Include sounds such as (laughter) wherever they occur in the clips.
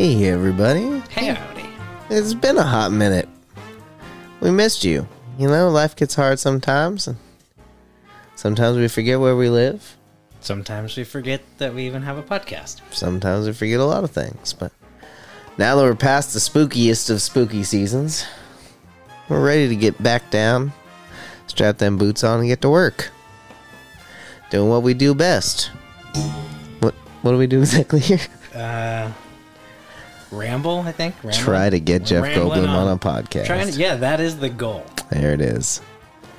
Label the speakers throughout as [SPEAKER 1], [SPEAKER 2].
[SPEAKER 1] everybody.
[SPEAKER 2] Hey, Odie.
[SPEAKER 1] It's been a hot minute. We missed you. You know, life gets hard sometimes, and sometimes we forget where we live.
[SPEAKER 2] Sometimes we forget that we even have a podcast.
[SPEAKER 1] Sometimes we forget a lot of things, but now that we're past the spookiest of spooky seasons, we're ready to get back down, strap them boots on, and get to work. Doing what we do best. What What do we do (laughs) exactly here?
[SPEAKER 2] Uh, ramble, I think. Ramble?
[SPEAKER 1] Try to get
[SPEAKER 2] We're
[SPEAKER 1] Jeff
[SPEAKER 2] rambling
[SPEAKER 1] Goldblum on. a podcast.
[SPEAKER 2] Trying to, yeah, that is the goal.
[SPEAKER 1] There it is.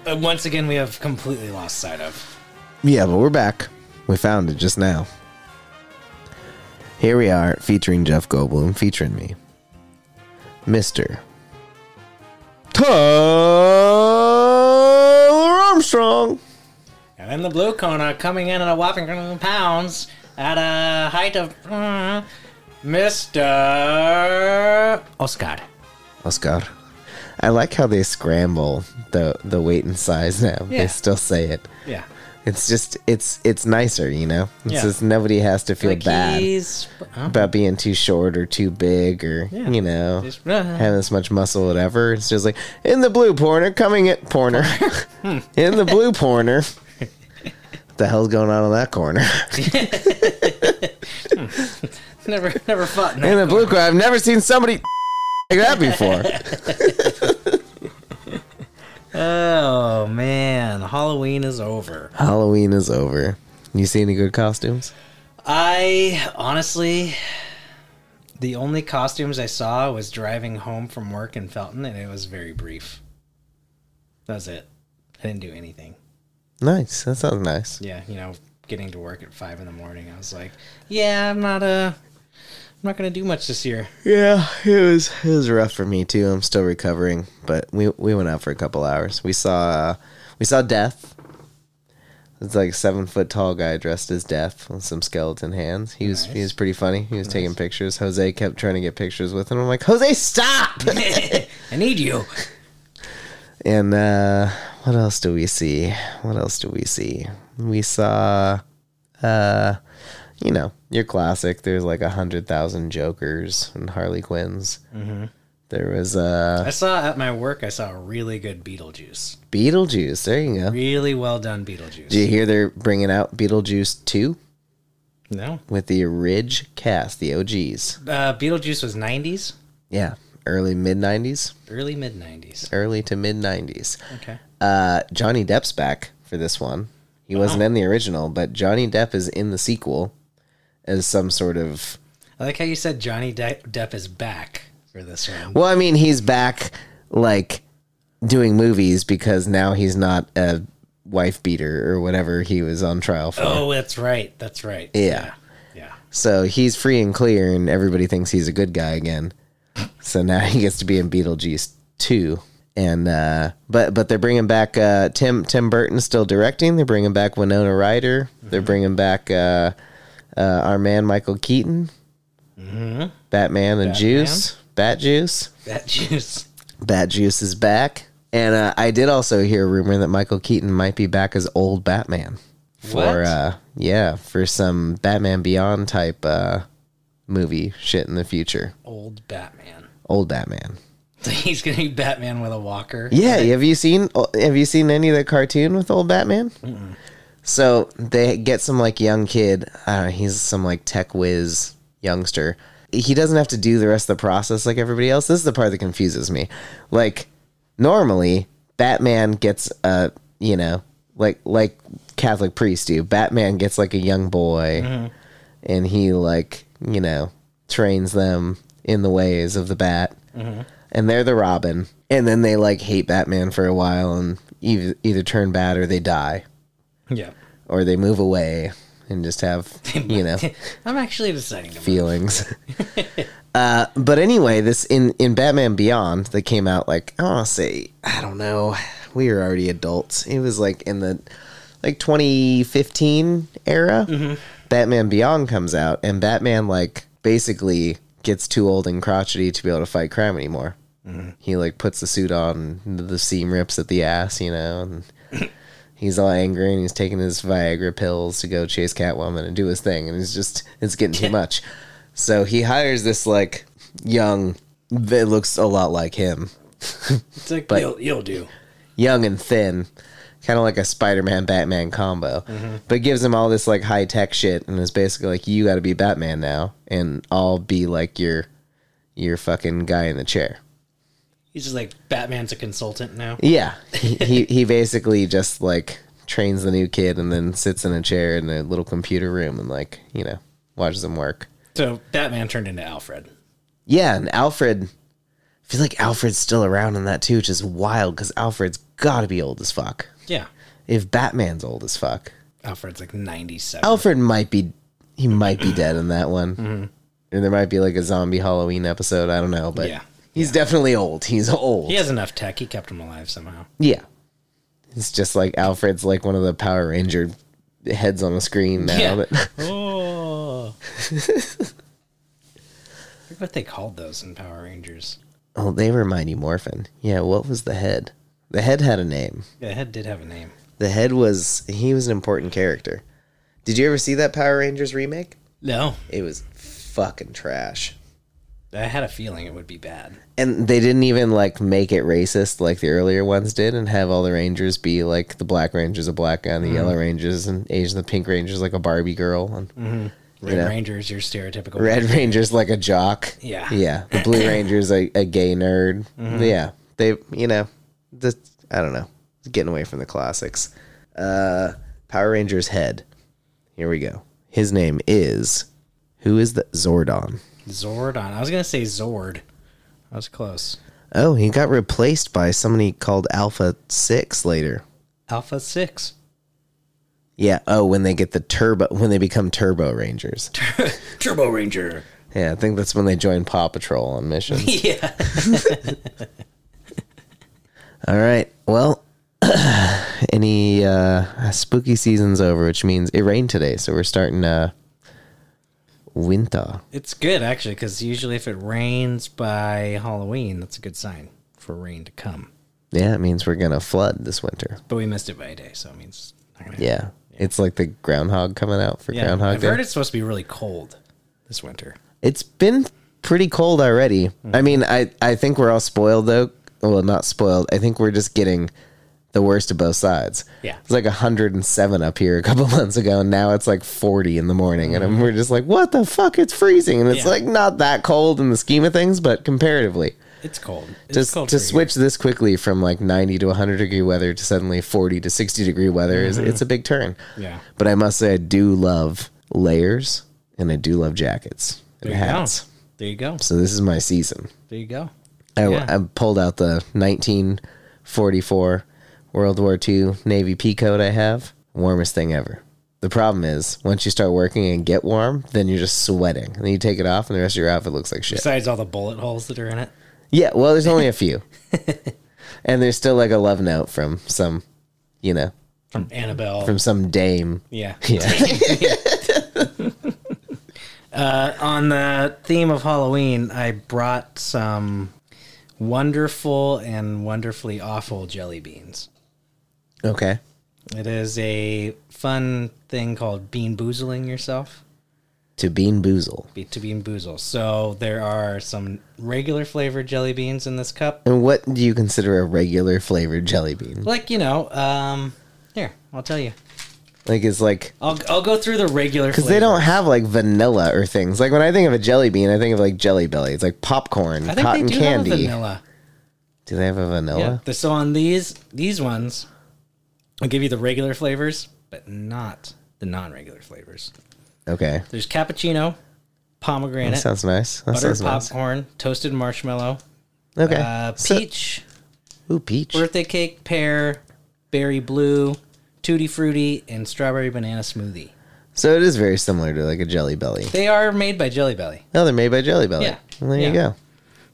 [SPEAKER 2] Uh, once again, we have completely lost sight of.
[SPEAKER 1] Yeah, but we're back. We found it just now. Here we are, featuring Jeff Goldblum, featuring me, Mister Tyler Armstrong.
[SPEAKER 2] And then the blue corner coming in at a whopping pounds at a height of uh, Mr. Oscar.
[SPEAKER 1] Oscar. I like how they scramble the the weight and size now.
[SPEAKER 2] Yeah.
[SPEAKER 1] They still say it.
[SPEAKER 2] Yeah.
[SPEAKER 1] It's just it's it's nicer, you know. It's
[SPEAKER 2] Yeah.
[SPEAKER 1] just nobody has to feel
[SPEAKER 2] Like
[SPEAKER 1] bad
[SPEAKER 2] he's- huh?
[SPEAKER 1] about being too short or too big or
[SPEAKER 2] Yeah.
[SPEAKER 1] you know.
[SPEAKER 2] He's- uh,
[SPEAKER 1] having this much muscle, whatever. It's just like in the blue porner, coming at porner, in the blue porner. what the hell's going on in that corner?
[SPEAKER 2] never, (laughs)
[SPEAKER 1] (laughs)
[SPEAKER 2] never fought. in that
[SPEAKER 1] in the blue corner, I've never seen somebody (laughs) like that before.
[SPEAKER 2] Oh man, Halloween is over.
[SPEAKER 1] Halloween is over. You see any good costumes?
[SPEAKER 2] I honestly, the only costumes I saw was driving home from work in Felton, and it was very brief. That was it. I didn't do anything.
[SPEAKER 1] Nice. That sounds nice.
[SPEAKER 2] Yeah, you know, getting to work at five in the morning, I was like, yeah, I'm not uh, I'm not gonna do much this year.
[SPEAKER 1] Yeah, it was it was rough for me too. I'm still recovering, but we we went out for a couple hours. We saw uh, we saw Death. It's like a seven foot tall guy dressed as Death with some skeleton hands. He was he was pretty funny. He was taking pictures. Jose kept trying to get pictures with him. I'm like, Jose, stop!
[SPEAKER 2] I need you.
[SPEAKER 1] and uh, what else do we see? What else do we see? We saw, uh, you know, your classic. There's like a hundred thousand Jokers and Harley Quinns. There was uh,
[SPEAKER 2] I saw at my work. I saw a really good Beetlejuice.
[SPEAKER 1] Beetlejuice. There you go.
[SPEAKER 2] Really well done, Beetlejuice.
[SPEAKER 1] Do you hear they're bringing out Beetlejuice 2
[SPEAKER 2] No,
[SPEAKER 1] with the Ridge cast, the OGs?
[SPEAKER 2] uh, Beetlejuice was '90s,
[SPEAKER 1] Yeah. Early mid 90s,
[SPEAKER 2] early mid '90s.
[SPEAKER 1] early to mid 90s.
[SPEAKER 2] Okay.
[SPEAKER 1] Uh, Johnny Depp's back for this one. He wasn't in the original, but Johnny Depp is in the sequel as some sort of.
[SPEAKER 2] I like how you said Johnny De- Depp is back for this one.
[SPEAKER 1] Well, I mean, he's back, like, doing movies because now he's not a wife beater or whatever he was on trial for.
[SPEAKER 2] Oh, that's right. That's right.
[SPEAKER 1] Yeah.
[SPEAKER 2] Yeah.
[SPEAKER 1] So he's free and clear, and everybody thinks he's a good guy again. So now he gets to be in Beetlejuice two, and uh, but but they're bringing back uh, Tim Tim Burton still directing. They're bringing back Winona Ryder. They're bringing back uh, uh, our man Michael Keaton, Batman and Juice, Bat Juice.
[SPEAKER 2] That juice.
[SPEAKER 1] Bat Juice is back, and uh, I did also hear a rumor that Michael Keaton might be back as old Batman for
[SPEAKER 2] What?
[SPEAKER 1] uh yeah for some Batman Beyond type uh movie shit in the future.
[SPEAKER 2] Old Batman. (laughs)
[SPEAKER 1] Old Batman.
[SPEAKER 2] So he's going to be Batman with a walker.
[SPEAKER 1] Yeah, have you seen uh, have you seen any of the cartoon with old Batman? So they get some like young kid. Uh, he's some like tech whiz youngster. He doesn't have to do the rest of the process like everybody else. This is the part that confuses me. Like normally, Batman gets a you know like like Catholic priests do. Batman gets like a young boy, and he like you know trains them in the ways of the bat and they're the Robin, and then they like hate Batman for a while and either, either turn bad or they die
[SPEAKER 2] Yeah.
[SPEAKER 1] or they move away and just have you know
[SPEAKER 2] I'm actually deciding to.
[SPEAKER 1] feelings. (laughs) uh, but anyway, this in in Batman Beyond that came out like I want to say I don't know we were already adults. It was like in the like 2015 era. Batman Beyond comes out and Batman like basically gets too old and crotchety to be able to fight crime anymore. He like puts the suit on, and the seam rips at the ass, you know, and he's all angry and he's taking his Viagra pills to go chase Catwoman and do his thing, and it's just it's getting too much. So he hires this like young that looks a lot like him.
[SPEAKER 2] It's like you'll, you'll do.
[SPEAKER 1] young and thin, kind of like a Spider-Man Batman combo. But gives him all this like high tech shit, and is basically like, "You got to be Batman now, and I'll be like your your fucking guy in the chair."
[SPEAKER 2] He's just like Batman's a consultant now.
[SPEAKER 1] Yeah, he he, he basically just like trains the new kid, and then sits in a chair in a little computer room, and like you know watches him work.
[SPEAKER 2] So Batman turned into Alfred.
[SPEAKER 1] Yeah, and Alfred. I feel like Alfred's still around in that too, which is wild because Alfred's got to be old as fuck.
[SPEAKER 2] Yeah,
[SPEAKER 1] If Batman's old as fuck,
[SPEAKER 2] Alfred's like ninety seven.
[SPEAKER 1] Alfred might be he might be dead in that one. And there might be like a zombie Halloween episode. I don't know, but
[SPEAKER 2] Yeah.
[SPEAKER 1] he's definitely old. He's old.
[SPEAKER 2] He has enough tech. He kept him alive somehow.
[SPEAKER 1] Yeah. It's just like Alfred's like one of the Power Ranger heads on the screen now.
[SPEAKER 2] Yeah.
[SPEAKER 1] But
[SPEAKER 2] (laughs) Oh. I forget what they called those in Power Rangers.
[SPEAKER 1] (laughs) oh, they were Mighty Morphin. Yeah, what was the head? The head had a name.
[SPEAKER 2] Yeah, the head did have a name.
[SPEAKER 1] The head was he was an important character. Did you ever see that Power Rangers remake?
[SPEAKER 2] No,
[SPEAKER 1] It was fucking trash.
[SPEAKER 2] I had a feeling it would be bad.
[SPEAKER 1] and they didn't even like make it racist like the earlier ones did and have all the rangers be like the black ranger's a black guy and the yellow ranger's and asian the pink ranger's like a barbie girl and
[SPEAKER 2] Red
[SPEAKER 1] know.
[SPEAKER 2] Ranger's your stereotypical.
[SPEAKER 1] red ranger's like a jock
[SPEAKER 2] Yeah.
[SPEAKER 1] yeah the blue ranger's a, a gay nerd yeah they you know the i don't know getting away from the classics uh power rangers head here we go his name is who is the zordon
[SPEAKER 2] Zordon. I was gonna say Zord. I was close.
[SPEAKER 1] oh he got replaced by somebody called alpha 6 later
[SPEAKER 2] Alpha Six.
[SPEAKER 1] Yeah. Oh, when they get the turbo, when they become Turbo Rangers.
[SPEAKER 2] Turbo Ranger.
[SPEAKER 1] Yeah, I think that's when they join Paw Patrol on mission.
[SPEAKER 2] (laughs) yeah.
[SPEAKER 1] (laughs) All right. Well, (clears throat) any uh, spooky season's over, which means it rained today, so we're starting uh, winter.
[SPEAKER 2] It's good actually, because usually if it rains by Halloween, that's a good sign for rain to come.
[SPEAKER 1] Yeah, it means we're gonna flood this winter.
[SPEAKER 2] But we missed it by a day, so it means it's not gonna happen.
[SPEAKER 1] Yeah, it's like the groundhog coming out for
[SPEAKER 2] Yeah,
[SPEAKER 1] Groundhog
[SPEAKER 2] I've
[SPEAKER 1] Day.
[SPEAKER 2] heard it's supposed to be really cold this winter.
[SPEAKER 1] It's been pretty cold already.
[SPEAKER 2] Mm-hmm.
[SPEAKER 1] I mean, I, I think we're all spoiled though. Well, not spoiled. I think we're just getting the worst of both sides.
[SPEAKER 2] Yeah.
[SPEAKER 1] It's like 107 up here a couple (laughs) months ago, and now it's like 40 in the morning. And we're just like, what the fuck? It's freezing. And it's
[SPEAKER 2] Mm-hmm. Yeah.
[SPEAKER 1] like not that cold in the scheme of things, but comparatively.
[SPEAKER 2] It's cold. It's
[SPEAKER 1] Just
[SPEAKER 2] cold
[SPEAKER 1] to
[SPEAKER 2] for you.
[SPEAKER 1] switch this quickly from like 90 to 100 degree weather to suddenly 40 to 60 degree weather is it's a big turn.
[SPEAKER 2] Mm-hmm. Yeah.
[SPEAKER 1] But I must say, I do love layers and I do love jackets and
[SPEAKER 2] There you go.
[SPEAKER 1] hats.
[SPEAKER 2] There you go.
[SPEAKER 1] So this is my season.
[SPEAKER 2] There you go.
[SPEAKER 1] I,
[SPEAKER 2] Yeah.
[SPEAKER 1] I pulled out the 1944 World War II Navy pea coat I have. Warmest thing ever. The problem is, once you start working and get warm, then you're just sweating. And then you take it off, and the rest of your outfit looks like shit.
[SPEAKER 2] Besides all the bullet holes that are in it.
[SPEAKER 1] Yeah, well, there's only a few. and there's still like a love note from some, you know,
[SPEAKER 2] From Annabelle.
[SPEAKER 1] from some dame.
[SPEAKER 2] yeah.
[SPEAKER 1] (laughs) Yeah.
[SPEAKER 2] (laughs) Uh, on the theme of Halloween, I brought some wonderful and wonderfully awful jelly beans.
[SPEAKER 1] okay.
[SPEAKER 2] It is a fun thing called bean boozling yourself.
[SPEAKER 1] To Bean Boozle.
[SPEAKER 2] Be- to bean boozle. So there are some regular flavored jelly beans in this cup.
[SPEAKER 1] And what do you consider a regular flavored jelly bean?
[SPEAKER 2] Like, you know, um, here, I'll tell you.
[SPEAKER 1] Like, it's like
[SPEAKER 2] I'll, I'll go through the regular
[SPEAKER 1] Because they don't have like vanilla or things. Like when I think of a jelly bean, I think of like jelly belly. It's like popcorn,
[SPEAKER 2] I think
[SPEAKER 1] cotton
[SPEAKER 2] they do
[SPEAKER 1] candy.
[SPEAKER 2] have a vanilla.
[SPEAKER 1] Do they have a
[SPEAKER 2] Yeah.
[SPEAKER 1] vanilla?
[SPEAKER 2] the- So on these these ones, I'll give you the regular flavors, but not the non-regular flavors.
[SPEAKER 1] Okay.
[SPEAKER 2] There's cappuccino,
[SPEAKER 1] That
[SPEAKER 2] pomegranate,
[SPEAKER 1] sounds nice. That
[SPEAKER 2] butter
[SPEAKER 1] sounds
[SPEAKER 2] popcorn, toasted marshmallow,
[SPEAKER 1] nice. Okay.
[SPEAKER 2] uh,
[SPEAKER 1] Eh, So-
[SPEAKER 2] peach,
[SPEAKER 1] ooh, peach.
[SPEAKER 2] birthday cake, pear, berry blue, tutti frutti, and strawberry banana smoothie.
[SPEAKER 1] So it is very similar to like a jelly belly.
[SPEAKER 2] They are made by Jelly Belly,
[SPEAKER 1] No, they're made by Jelly Belly.
[SPEAKER 2] Yeah.
[SPEAKER 1] Well, there you
[SPEAKER 2] Yeah.
[SPEAKER 1] go.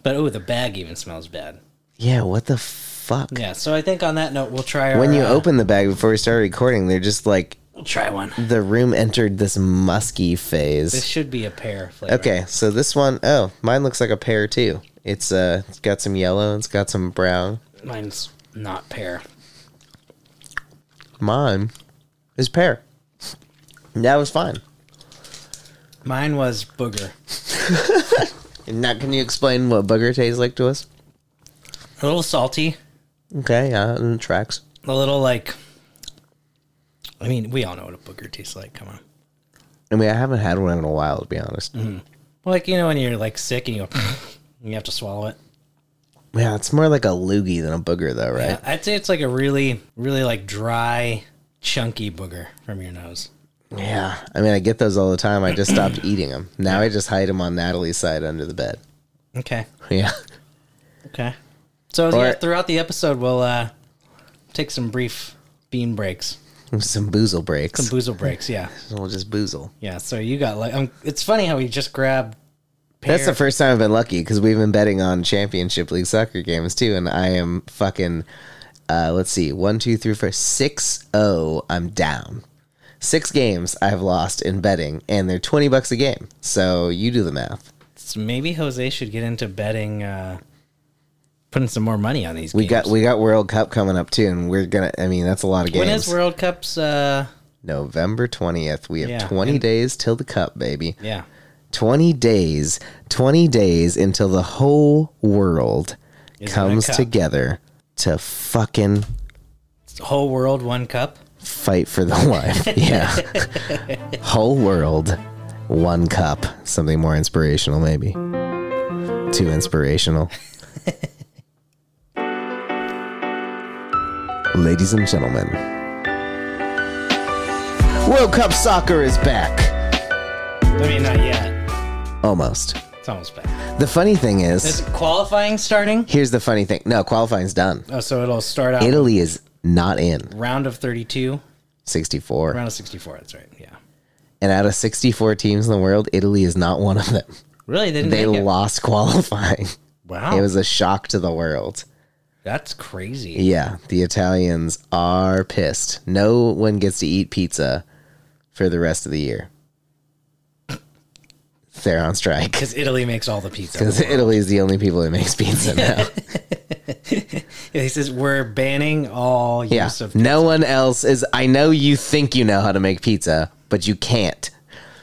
[SPEAKER 2] but oh, the bag even smells bad.
[SPEAKER 1] Yeah. What the fuck?
[SPEAKER 2] Yeah. So I think on that note, we'll try our.
[SPEAKER 1] When you
[SPEAKER 2] uh,
[SPEAKER 1] open the bag before we started recording, they're just like
[SPEAKER 2] we'll try one.
[SPEAKER 1] the room entered this musky phase.
[SPEAKER 2] This should be a pear flavor.
[SPEAKER 1] Okay, so this one, oh, mine looks like a pear too. It's uh, it's got some yellow, and it's got some brown.
[SPEAKER 2] Mine's not pear.
[SPEAKER 1] Mine is pear. That was fine.
[SPEAKER 2] Mine was booger.
[SPEAKER 1] And now, can you explain what booger tastes like to us?
[SPEAKER 2] A little salty,
[SPEAKER 1] Okay, yeah, and it tracks.
[SPEAKER 2] a little like. I mean, we all know what a booger tastes like. Come on.
[SPEAKER 1] I mean, I haven't had one in a while, to be honest.
[SPEAKER 2] Like, you know, when you're like sick and you go, (laughs) and you have to swallow it.
[SPEAKER 1] Yeah, it's more like a loogie than a booger, though, right?
[SPEAKER 2] Yeah, I'd say it's like a really, really like dry, chunky booger from your nose.
[SPEAKER 1] Yeah. I mean, I get those all the time. I just stopped eating them. Now I just hide them on Natalie's side under the bed. (laughs)
[SPEAKER 2] Okay.
[SPEAKER 1] Yeah.
[SPEAKER 2] Okay. So
[SPEAKER 1] Or-
[SPEAKER 2] yeah, throughout the episode, we'll uh, take some brief bean breaks,
[SPEAKER 1] Some boozle breaks.
[SPEAKER 2] some boozle
[SPEAKER 1] (laughs)
[SPEAKER 2] breaks. Yeah,
[SPEAKER 1] we'll just boozle.
[SPEAKER 2] yeah. So you got like, um, it's funny how we just grabbed.
[SPEAKER 1] That's the
[SPEAKER 2] pear-
[SPEAKER 1] first time I've been lucky because we've been betting on championship league soccer games too, and I am fucking. Uh, let's see, one, two, three, four, six, oh, I'm down. Six games I've lost in betting, and they're twenty bucks a game. So you do the math.
[SPEAKER 2] So maybe Jose should get into betting, uh, putting some more money on these.
[SPEAKER 1] We got we got World Cup coming up too, and we're gonna. I mean, that's a lot of games.
[SPEAKER 2] when is World Cup's? Uh,
[SPEAKER 1] November twentieth. We have
[SPEAKER 2] Yeah,
[SPEAKER 1] twenty
[SPEAKER 2] and-
[SPEAKER 1] days till the cup, baby.
[SPEAKER 2] yeah,
[SPEAKER 1] 20 days, 20 days until the whole world
[SPEAKER 2] Is in a
[SPEAKER 1] comes
[SPEAKER 2] cup.
[SPEAKER 1] together to fucking
[SPEAKER 2] It's the whole world one cup.
[SPEAKER 1] fight for the (laughs) life. yeah. whole world, one cup. Something more inspirational, maybe. Too inspirational. Ladies and gentlemen, World Cup soccer is back.
[SPEAKER 2] I mean, not yet.
[SPEAKER 1] Almost.
[SPEAKER 2] It's almost back.
[SPEAKER 1] The funny thing is.
[SPEAKER 2] Is qualifying starting?
[SPEAKER 1] Here's the funny thing. No, qualifying's done.
[SPEAKER 2] Oh, so it'll start out
[SPEAKER 1] Italy is not in
[SPEAKER 2] round of thirty-two,
[SPEAKER 1] 64.
[SPEAKER 2] round of sixty-four. That's right. Yeah.
[SPEAKER 1] And out of 64 teams in the world, Italy is not one of them.
[SPEAKER 2] Really? They didn't.
[SPEAKER 1] They
[SPEAKER 2] make it?
[SPEAKER 1] lost (laughs) qualifying.
[SPEAKER 2] Wow.
[SPEAKER 1] It was a shock to the world.
[SPEAKER 2] That's crazy.
[SPEAKER 1] Yeah, the Italians are pissed. No one gets to eat pizza for the rest of the year. They're on strike.
[SPEAKER 2] Because Italy makes all the pizza.
[SPEAKER 1] Because Italy is the only people that makes pizza now.
[SPEAKER 2] Yeah, He says we're banning all
[SPEAKER 1] Yeah.
[SPEAKER 2] use of.
[SPEAKER 1] No one else is. I know you think you know how to make pizza, but you can't.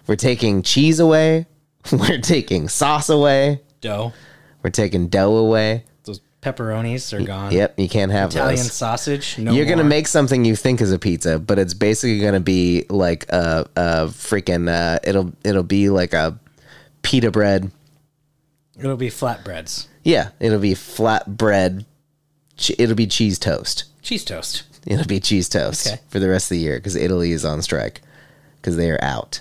[SPEAKER 1] We're taking cheese away. (laughs) We're taking sauce away.
[SPEAKER 2] dough.
[SPEAKER 1] We're taking dough away.
[SPEAKER 2] Those pepperonis are gone.
[SPEAKER 1] Yep, you can't have
[SPEAKER 2] Italian
[SPEAKER 1] those.
[SPEAKER 2] sausage. No
[SPEAKER 1] You're gonna
[SPEAKER 2] more.
[SPEAKER 1] make something you think is a pizza, but it's basically gonna be like a, a freaking. Uh, it'll it'll be like a pita bread.
[SPEAKER 2] It'll be flatbreads,
[SPEAKER 1] Yeah, it'll be flat bread. Che- It'll be cheese toast.
[SPEAKER 2] cheese toast.
[SPEAKER 1] It'll be cheese toast
[SPEAKER 2] Okay.
[SPEAKER 1] for the rest of the year because Italy is on strike because they are out.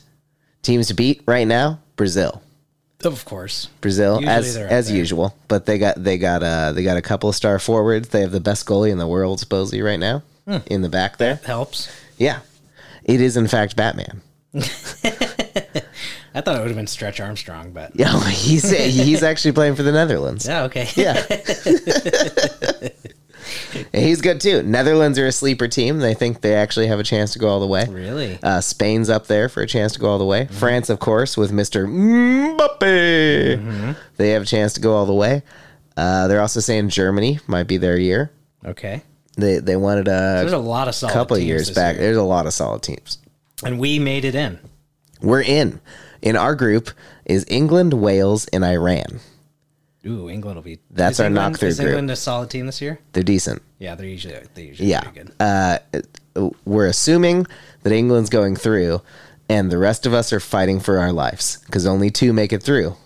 [SPEAKER 1] Teams to beat right now: Brazil,
[SPEAKER 2] Of course.
[SPEAKER 1] Brazil
[SPEAKER 2] Usually
[SPEAKER 1] as
[SPEAKER 2] they're out
[SPEAKER 1] as
[SPEAKER 2] there.
[SPEAKER 1] usual. But they got they got uh they got a couple of star forwards. They have the best goalie in the world supposedly right now
[SPEAKER 2] Hmm.
[SPEAKER 1] in the back there.
[SPEAKER 2] Helps.
[SPEAKER 1] Yeah, it is in fact Batman.
[SPEAKER 2] I thought it would have been Stretch Armstrong, but
[SPEAKER 1] Yeah, (laughs) he's he's actually playing for the Netherlands.
[SPEAKER 2] yeah, okay. (laughs)
[SPEAKER 1] Yeah. And he's good too. Netherlands are a sleeper team. They think they actually have a chance to go all the way.
[SPEAKER 2] Really? Mm-hmm.
[SPEAKER 1] Uh, Spain's up there for a chance to go all the way. France, of course, with Mr. Mbappe.
[SPEAKER 2] Mm-hmm.
[SPEAKER 1] They have a chance to go all the way. Uh, they're also saying Germany might be their year.
[SPEAKER 2] Okay.
[SPEAKER 1] They they wanted a
[SPEAKER 2] There's a lot of solid
[SPEAKER 1] couple of
[SPEAKER 2] teams
[SPEAKER 1] years
[SPEAKER 2] this
[SPEAKER 1] back.
[SPEAKER 2] year.
[SPEAKER 1] There's a lot of solid teams.
[SPEAKER 2] and we made it in.
[SPEAKER 1] We're in. In our group is England, Wales, and Iran.
[SPEAKER 2] Ooh, England will be.
[SPEAKER 1] That's
[SPEAKER 2] Is
[SPEAKER 1] our
[SPEAKER 2] England-
[SPEAKER 1] knock-through
[SPEAKER 2] Is
[SPEAKER 1] group.
[SPEAKER 2] England a solid team this year?
[SPEAKER 1] They're decent.
[SPEAKER 2] Yeah, they're usually they usually
[SPEAKER 1] Yeah.
[SPEAKER 2] pretty good.
[SPEAKER 1] Uh, we're assuming that England's going through, and the rest of us are fighting for our lives because only two make it through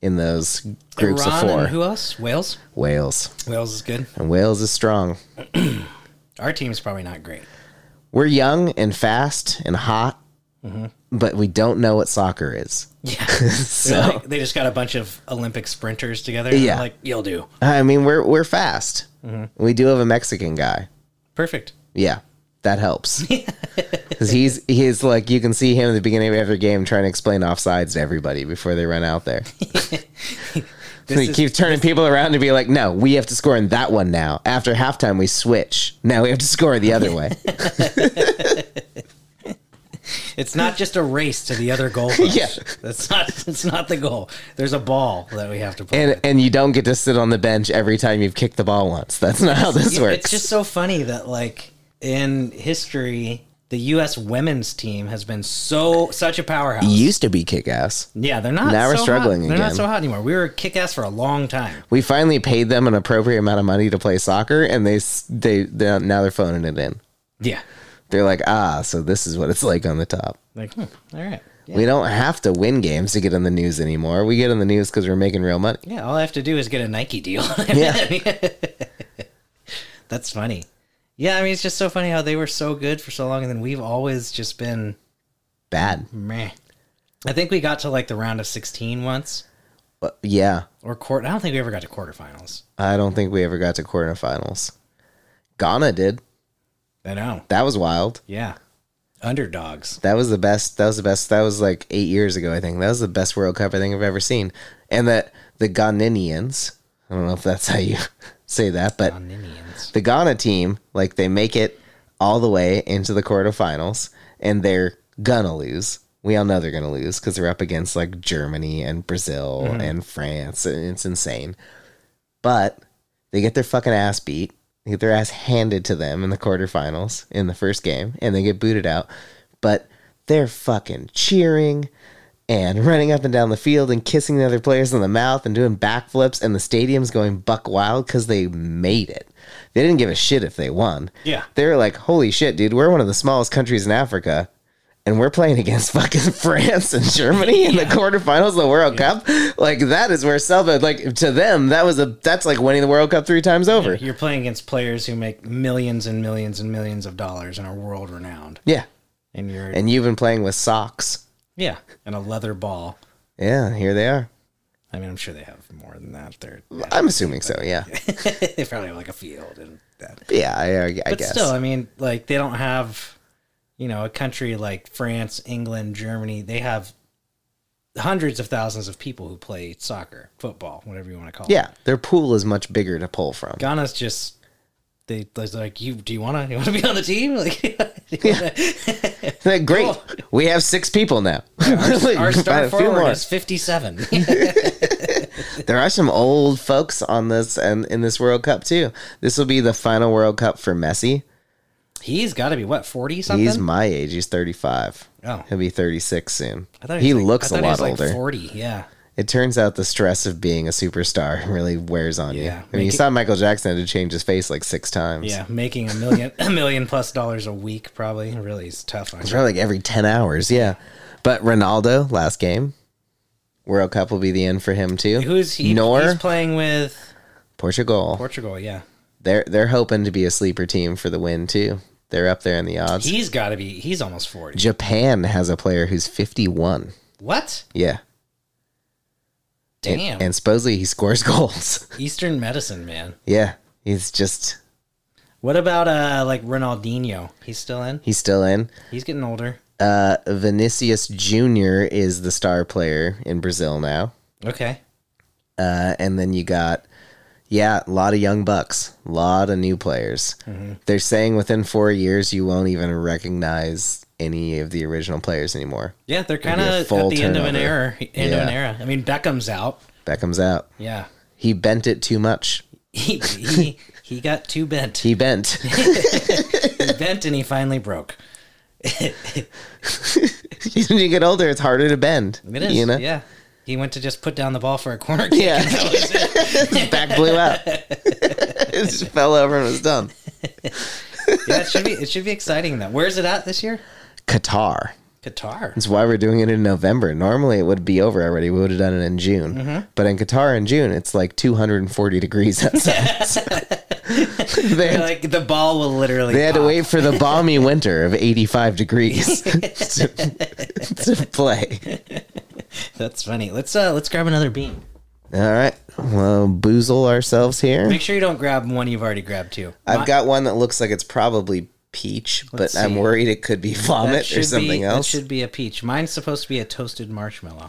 [SPEAKER 1] in those groups
[SPEAKER 2] Iran
[SPEAKER 1] of four.
[SPEAKER 2] And who else? Wales.
[SPEAKER 1] Wales.
[SPEAKER 2] Wales is good.
[SPEAKER 1] And Wales is strong.
[SPEAKER 2] Our team's probably not great.
[SPEAKER 1] We're young and fast and hot,
[SPEAKER 2] Mm-hmm.
[SPEAKER 1] but we don't know what soccer is.
[SPEAKER 2] Yeah.
[SPEAKER 1] So,
[SPEAKER 2] Like, they just got a bunch of Olympic sprinters together. and
[SPEAKER 1] Yeah.
[SPEAKER 2] they're Like, you'll do.
[SPEAKER 1] I mean, we're, we're fast.
[SPEAKER 2] Mm-hmm.
[SPEAKER 1] We do have a Mexican guy.
[SPEAKER 2] Perfect.
[SPEAKER 1] Yeah, that
[SPEAKER 2] (laughs)
[SPEAKER 1] helps. Because he's he's like you can see him at the beginning of every game trying to explain offsides to everybody before they run out there.
[SPEAKER 2] (laughs) This
[SPEAKER 1] he
[SPEAKER 2] is-
[SPEAKER 1] keeps turning people around to be like, "No, we have to score in that one now." After halftime, we switch. Now we have to score the other
[SPEAKER 2] (laughs)
[SPEAKER 1] way.
[SPEAKER 2] It's not just a race to the other goal.
[SPEAKER 1] (laughs)
[SPEAKER 2] post.
[SPEAKER 1] Yeah.
[SPEAKER 2] That's not it's not the goal. There's a ball that we have to play.
[SPEAKER 1] and
[SPEAKER 2] with.
[SPEAKER 1] and you don't get to sit on the bench every time you've kicked the ball once. That's not how this
[SPEAKER 2] (laughs) Yeah,
[SPEAKER 1] works.
[SPEAKER 2] It's just so funny that like in history the U.S. women's team has been so such a powerhouse.
[SPEAKER 1] Used to be kick ass.
[SPEAKER 2] yeah, they're not.
[SPEAKER 1] Now we're
[SPEAKER 2] so
[SPEAKER 1] struggling
[SPEAKER 2] hot. They're not
[SPEAKER 1] again.
[SPEAKER 2] so hot anymore. We were kick ass for a long time.
[SPEAKER 1] We finally paid them an appropriate amount of money to play soccer, and they s- they they now they're phoning it in.
[SPEAKER 2] Yeah,
[SPEAKER 1] They're like, ah, so this is what it's like on the top.
[SPEAKER 2] like hmm, all right. Yeah.
[SPEAKER 1] We don't have to win games to get in the news anymore. We get in the news because we're making real money.
[SPEAKER 2] yeah, all I have to do is get a Nike deal. (laughs)
[SPEAKER 1] Yeah.
[SPEAKER 2] that's funny. Yeah, I mean it's just so funny how they were so good for so long, and then we've always just been
[SPEAKER 1] Bad.
[SPEAKER 2] meh. I think we got to like the round of sixteen once
[SPEAKER 1] But yeah,
[SPEAKER 2] or quarter. I don't think we ever got to quarterfinals.
[SPEAKER 1] I don't think we ever got to quarterfinals. Ghana did.
[SPEAKER 2] I know.
[SPEAKER 1] That was wild.
[SPEAKER 2] Yeah, underdogs.
[SPEAKER 1] That was the best. That was the best. That was like eight years ago, I think. That was the best World Cup I think I've ever seen. And that the Ghanaians, I don't know if that's how you (laughs) say that, but
[SPEAKER 2] Oninians.
[SPEAKER 1] the Ghana team, like they make it all the way into the quarterfinals and they're gonna lose. We all know they're gonna lose because they're up against like Germany and Brazil and France, and it's insane. But they get their fucking ass beat. They get their ass handed to them in the quarterfinals in the first game, and they get booted out. But they're fucking cheering and running up and down the field and kissing the other players in the mouth and doing backflips, and the stadium's going buck wild because they made it. They didn't give a shit if they won.
[SPEAKER 2] Yeah.
[SPEAKER 1] They were like, holy shit, dude, we're one of the smallest countries in Africa. And we're playing against (laughs) fucking France and Germany in the quarterfinals of the World Cup. Like that is where Selva, like to them, that was a that's like winning the World Cup three times over. Yeah.
[SPEAKER 2] You're playing against players who make millions and millions and millions of dollars and are world renowned. And you're
[SPEAKER 1] And you've been playing with socks.
[SPEAKER 2] yeah, and a leather ball.
[SPEAKER 1] Yeah, here they are.
[SPEAKER 2] I mean, I'm sure they have more than that. They're
[SPEAKER 1] I'm assuming so. Yeah.
[SPEAKER 2] (laughs) they probably have like a field and that.
[SPEAKER 1] Yeah, I, I
[SPEAKER 2] But
[SPEAKER 1] guess.
[SPEAKER 2] still, I mean, like they don't have, you know, a country like France, England, Germany. They have hundreds of thousands of people who play soccer, football, whatever you want to call it.
[SPEAKER 1] Yeah, their pool is much bigger to pull from.
[SPEAKER 2] Ghana's just they they're like you. Do you want to? You want to be on the team? (laughs)
[SPEAKER 1] (laughs)
[SPEAKER 2] Like
[SPEAKER 1] They're like, Great. We have six people now. (laughs)
[SPEAKER 2] our star
[SPEAKER 1] A few
[SPEAKER 2] forward
[SPEAKER 1] more.
[SPEAKER 2] is 57.
[SPEAKER 1] There are some old folks on this and in this World Cup too. This will be the final World Cup for Messi.
[SPEAKER 2] (laughs) He's got to be what 40 something.
[SPEAKER 1] He's my age. He's 35.
[SPEAKER 2] Oh.
[SPEAKER 1] He'll be 36 soon.
[SPEAKER 2] I thought
[SPEAKER 1] he
[SPEAKER 2] was like-
[SPEAKER 1] looks a
[SPEAKER 2] I thought he was
[SPEAKER 1] lot older.
[SPEAKER 2] Like 40, yeah.
[SPEAKER 1] It turns out the stress of being a superstar (laughs) really wears on you. I
[SPEAKER 2] Yeah.
[SPEAKER 1] mean, you
[SPEAKER 2] Make it-
[SPEAKER 1] saw Michael Jackson had to change his face like six times.
[SPEAKER 2] Yeah, making a million (laughs) a million plus dollars a week probably really is tough on
[SPEAKER 1] It's
[SPEAKER 2] you.
[SPEAKER 1] probably like every 10 hours. Yeah. But Ronaldo, last game. World Cup will be the end for him too.
[SPEAKER 2] Who's he
[SPEAKER 1] Nor
[SPEAKER 2] he's playing with
[SPEAKER 1] Portugal.
[SPEAKER 2] Portugal, yeah.
[SPEAKER 1] they're they're hoping to be a sleeper team for the win too. They're up there in the odds.
[SPEAKER 2] He's got to be he's almost 40.
[SPEAKER 1] Japan has a player who's 51.
[SPEAKER 2] What?
[SPEAKER 1] Yeah.
[SPEAKER 2] Damn.
[SPEAKER 1] And supposedly he scores (laughs) goals.
[SPEAKER 2] Eastern medicine, man.
[SPEAKER 1] yeah. He's just
[SPEAKER 2] What about uh like Ronaldinho? He's still in?
[SPEAKER 1] he's still in.
[SPEAKER 2] He's getting older.
[SPEAKER 1] Uh Vinicius Jr is the star player in Brazil now.
[SPEAKER 2] Okay.
[SPEAKER 1] Uh and then you got yeah, a lot of young bucks, a lot of new players.
[SPEAKER 2] Mm-hmm.
[SPEAKER 1] They're saying within 4 years you won't even recognize any of the original players anymore.
[SPEAKER 2] Yeah, they're
[SPEAKER 1] be
[SPEAKER 2] kind
[SPEAKER 1] a
[SPEAKER 2] of at the
[SPEAKER 1] full
[SPEAKER 2] end of an
[SPEAKER 1] turnover.
[SPEAKER 2] era. End of an
[SPEAKER 1] Yeah.
[SPEAKER 2] era. I mean, Beckham's out.
[SPEAKER 1] Beckham's out.
[SPEAKER 2] Yeah. (laughs)
[SPEAKER 1] He bent it too much.
[SPEAKER 2] He he, he got too bent.
[SPEAKER 1] He
[SPEAKER 2] (laughs)
[SPEAKER 1] bent. (laughs)
[SPEAKER 2] He bent and he finally broke.
[SPEAKER 1] when you get older, it's harder to bend.
[SPEAKER 2] It is.
[SPEAKER 1] You know?
[SPEAKER 2] Yeah. He went to just put down the ball for a corner
[SPEAKER 1] (laughs)
[SPEAKER 2] kick.
[SPEAKER 1] Yeah. (laughs) His back blew out. it just fell over and was done.
[SPEAKER 2] yeah, it should be it should be exciting though. Where is it at this year?
[SPEAKER 1] Qatar.
[SPEAKER 2] Qatar.
[SPEAKER 1] That's why we're doing it in November. Normally, it would be over already. We would have done it in June. But in Qatar in June, it's like 240 degrees outside. So- (laughs) they, had,
[SPEAKER 2] (laughs) Like the ball will literally.
[SPEAKER 1] they had to
[SPEAKER 2] pop.
[SPEAKER 1] wait for the balmy winter of 85 (laughs) degrees to, to play.
[SPEAKER 2] That's funny. Let's uh let's grab another bean.
[SPEAKER 1] All right. Well, boozle ourselves here.
[SPEAKER 2] Make sure you don't grab one you've already grabbed two.
[SPEAKER 1] I've got one that looks like it's probably peach, but
[SPEAKER 2] Let's
[SPEAKER 1] I'm
[SPEAKER 2] see.
[SPEAKER 1] worried it could be vomit
[SPEAKER 2] should
[SPEAKER 1] or something
[SPEAKER 2] be, that
[SPEAKER 1] else.
[SPEAKER 2] should be a peach. Mine's supposed to be a toasted marshmallow.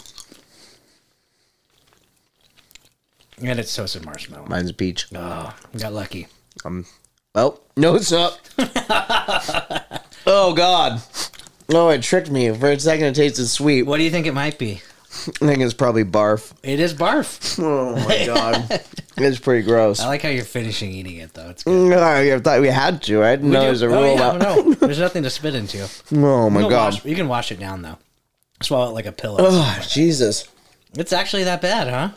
[SPEAKER 2] And it's toasted marshmallow.
[SPEAKER 1] Mine's peach.
[SPEAKER 2] Oh, got lucky.
[SPEAKER 1] Oh, no, it's (laughs) not. oh, God. Oh, it tricked me. For a second, it tasted sweet.
[SPEAKER 2] What do you think it might be?
[SPEAKER 1] I think it's probably barf.
[SPEAKER 2] It is barf.
[SPEAKER 1] Oh (laughs) my god, it's pretty gross.
[SPEAKER 2] I
[SPEAKER 1] I
[SPEAKER 2] like how you're finishing eating it though.
[SPEAKER 1] (laughs)
[SPEAKER 2] It's good.
[SPEAKER 1] thought we had to. I didn't know
[SPEAKER 2] do-
[SPEAKER 1] there's a
[SPEAKER 2] oh,
[SPEAKER 1] rule
[SPEAKER 2] yeah,
[SPEAKER 1] about.
[SPEAKER 2] no, there's nothing to
[SPEAKER 1] (laughs)
[SPEAKER 2] spit into.
[SPEAKER 1] Oh my
[SPEAKER 2] You can
[SPEAKER 1] god.
[SPEAKER 2] wash- you can wash it down though. Swallow it like a pillow.
[SPEAKER 1] Oh Jesus!
[SPEAKER 2] It's actually that bad, huh?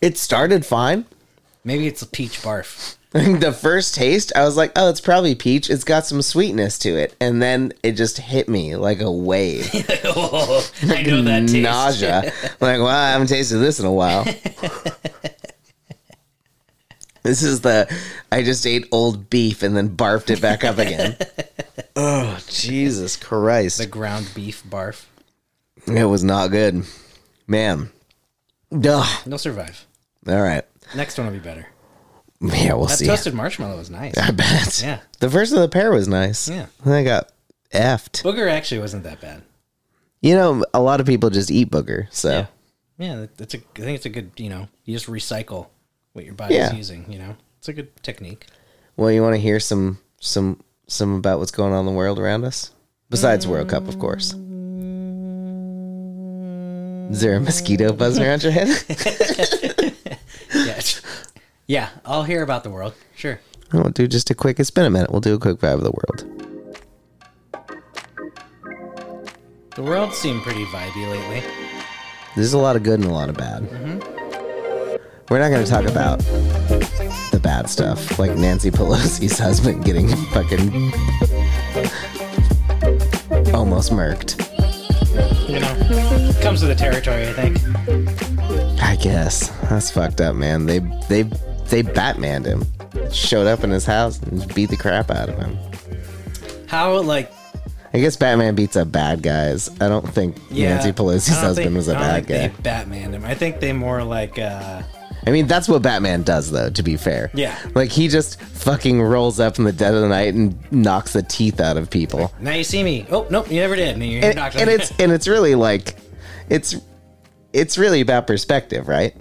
[SPEAKER 1] It started fine. (laughs)
[SPEAKER 2] Maybe it's a peach barf.
[SPEAKER 1] the first taste, I was like, "Oh, it's probably peach. It's got some sweetness to it." And then it just hit me like a wave,
[SPEAKER 2] (laughs) oh, I
[SPEAKER 1] (laughs)
[SPEAKER 2] know that taste.
[SPEAKER 1] nausea. like, wow, I haven't tasted this in a while. this is the I just ate old beef and then barfed it back up again. oh Jesus Christ!
[SPEAKER 2] The ground beef barf.
[SPEAKER 1] It was not good, man. Duh.
[SPEAKER 2] You'll survive.
[SPEAKER 1] All right.
[SPEAKER 2] Next one will be better.
[SPEAKER 1] Yeah, we'll
[SPEAKER 2] That
[SPEAKER 1] see.
[SPEAKER 2] toasted marshmallow was nice.
[SPEAKER 1] I bet.
[SPEAKER 2] Yeah.
[SPEAKER 1] The first of the pair was nice.
[SPEAKER 2] Yeah.
[SPEAKER 1] Then I got effed.
[SPEAKER 2] Booger actually wasn't that bad.
[SPEAKER 1] You know, a lot of people just eat booger. So
[SPEAKER 2] Yeah. Yeah, that- that's a. I think it's a good. You know, you just recycle what your body's
[SPEAKER 1] Yeah.
[SPEAKER 2] using. You know, it's a good technique.
[SPEAKER 1] well, you want to hear some some some about what's going on in the world around us? Besides World Cup, of course. Is there a mosquito buzzing around your head? (laughs)
[SPEAKER 2] Yeah. yeah. I'll hear about the world. Sure.
[SPEAKER 1] we'll do just a quick it's been a minute. We'll do a quick vibe of the world.
[SPEAKER 2] The world seemed pretty vibey lately.
[SPEAKER 1] There's a lot of good and a lot of bad. We're not gonna talk about the bad stuff, like Nancy Pelosi's (laughs) husband getting fucking almost murked.
[SPEAKER 2] You know, comes with the territory. I think.
[SPEAKER 1] I guess that's fucked up, man. They they they Batmaned him. Showed up in his house and just beat the crap out of him.
[SPEAKER 2] How like
[SPEAKER 1] I guess Batman beats up bad guys. I don't think
[SPEAKER 2] yeah,
[SPEAKER 1] Nancy Pelosi's
[SPEAKER 2] I don't
[SPEAKER 1] husband
[SPEAKER 2] think-
[SPEAKER 1] was a
[SPEAKER 2] I don't
[SPEAKER 1] bad guy.
[SPEAKER 2] think They Batman him. I think they more like. uh
[SPEAKER 1] I mean, that's what Batman does, though. To be fair,
[SPEAKER 2] Yeah.
[SPEAKER 1] like he just fucking rolls up in the dead of the night and knocks the teeth out of people.
[SPEAKER 2] Now you see me. Oh nope, you never did. And, you're
[SPEAKER 1] And,
[SPEAKER 2] knocked
[SPEAKER 1] and
[SPEAKER 2] on- (laughs)
[SPEAKER 1] it's and it's really like, it's it's really about perspective, right?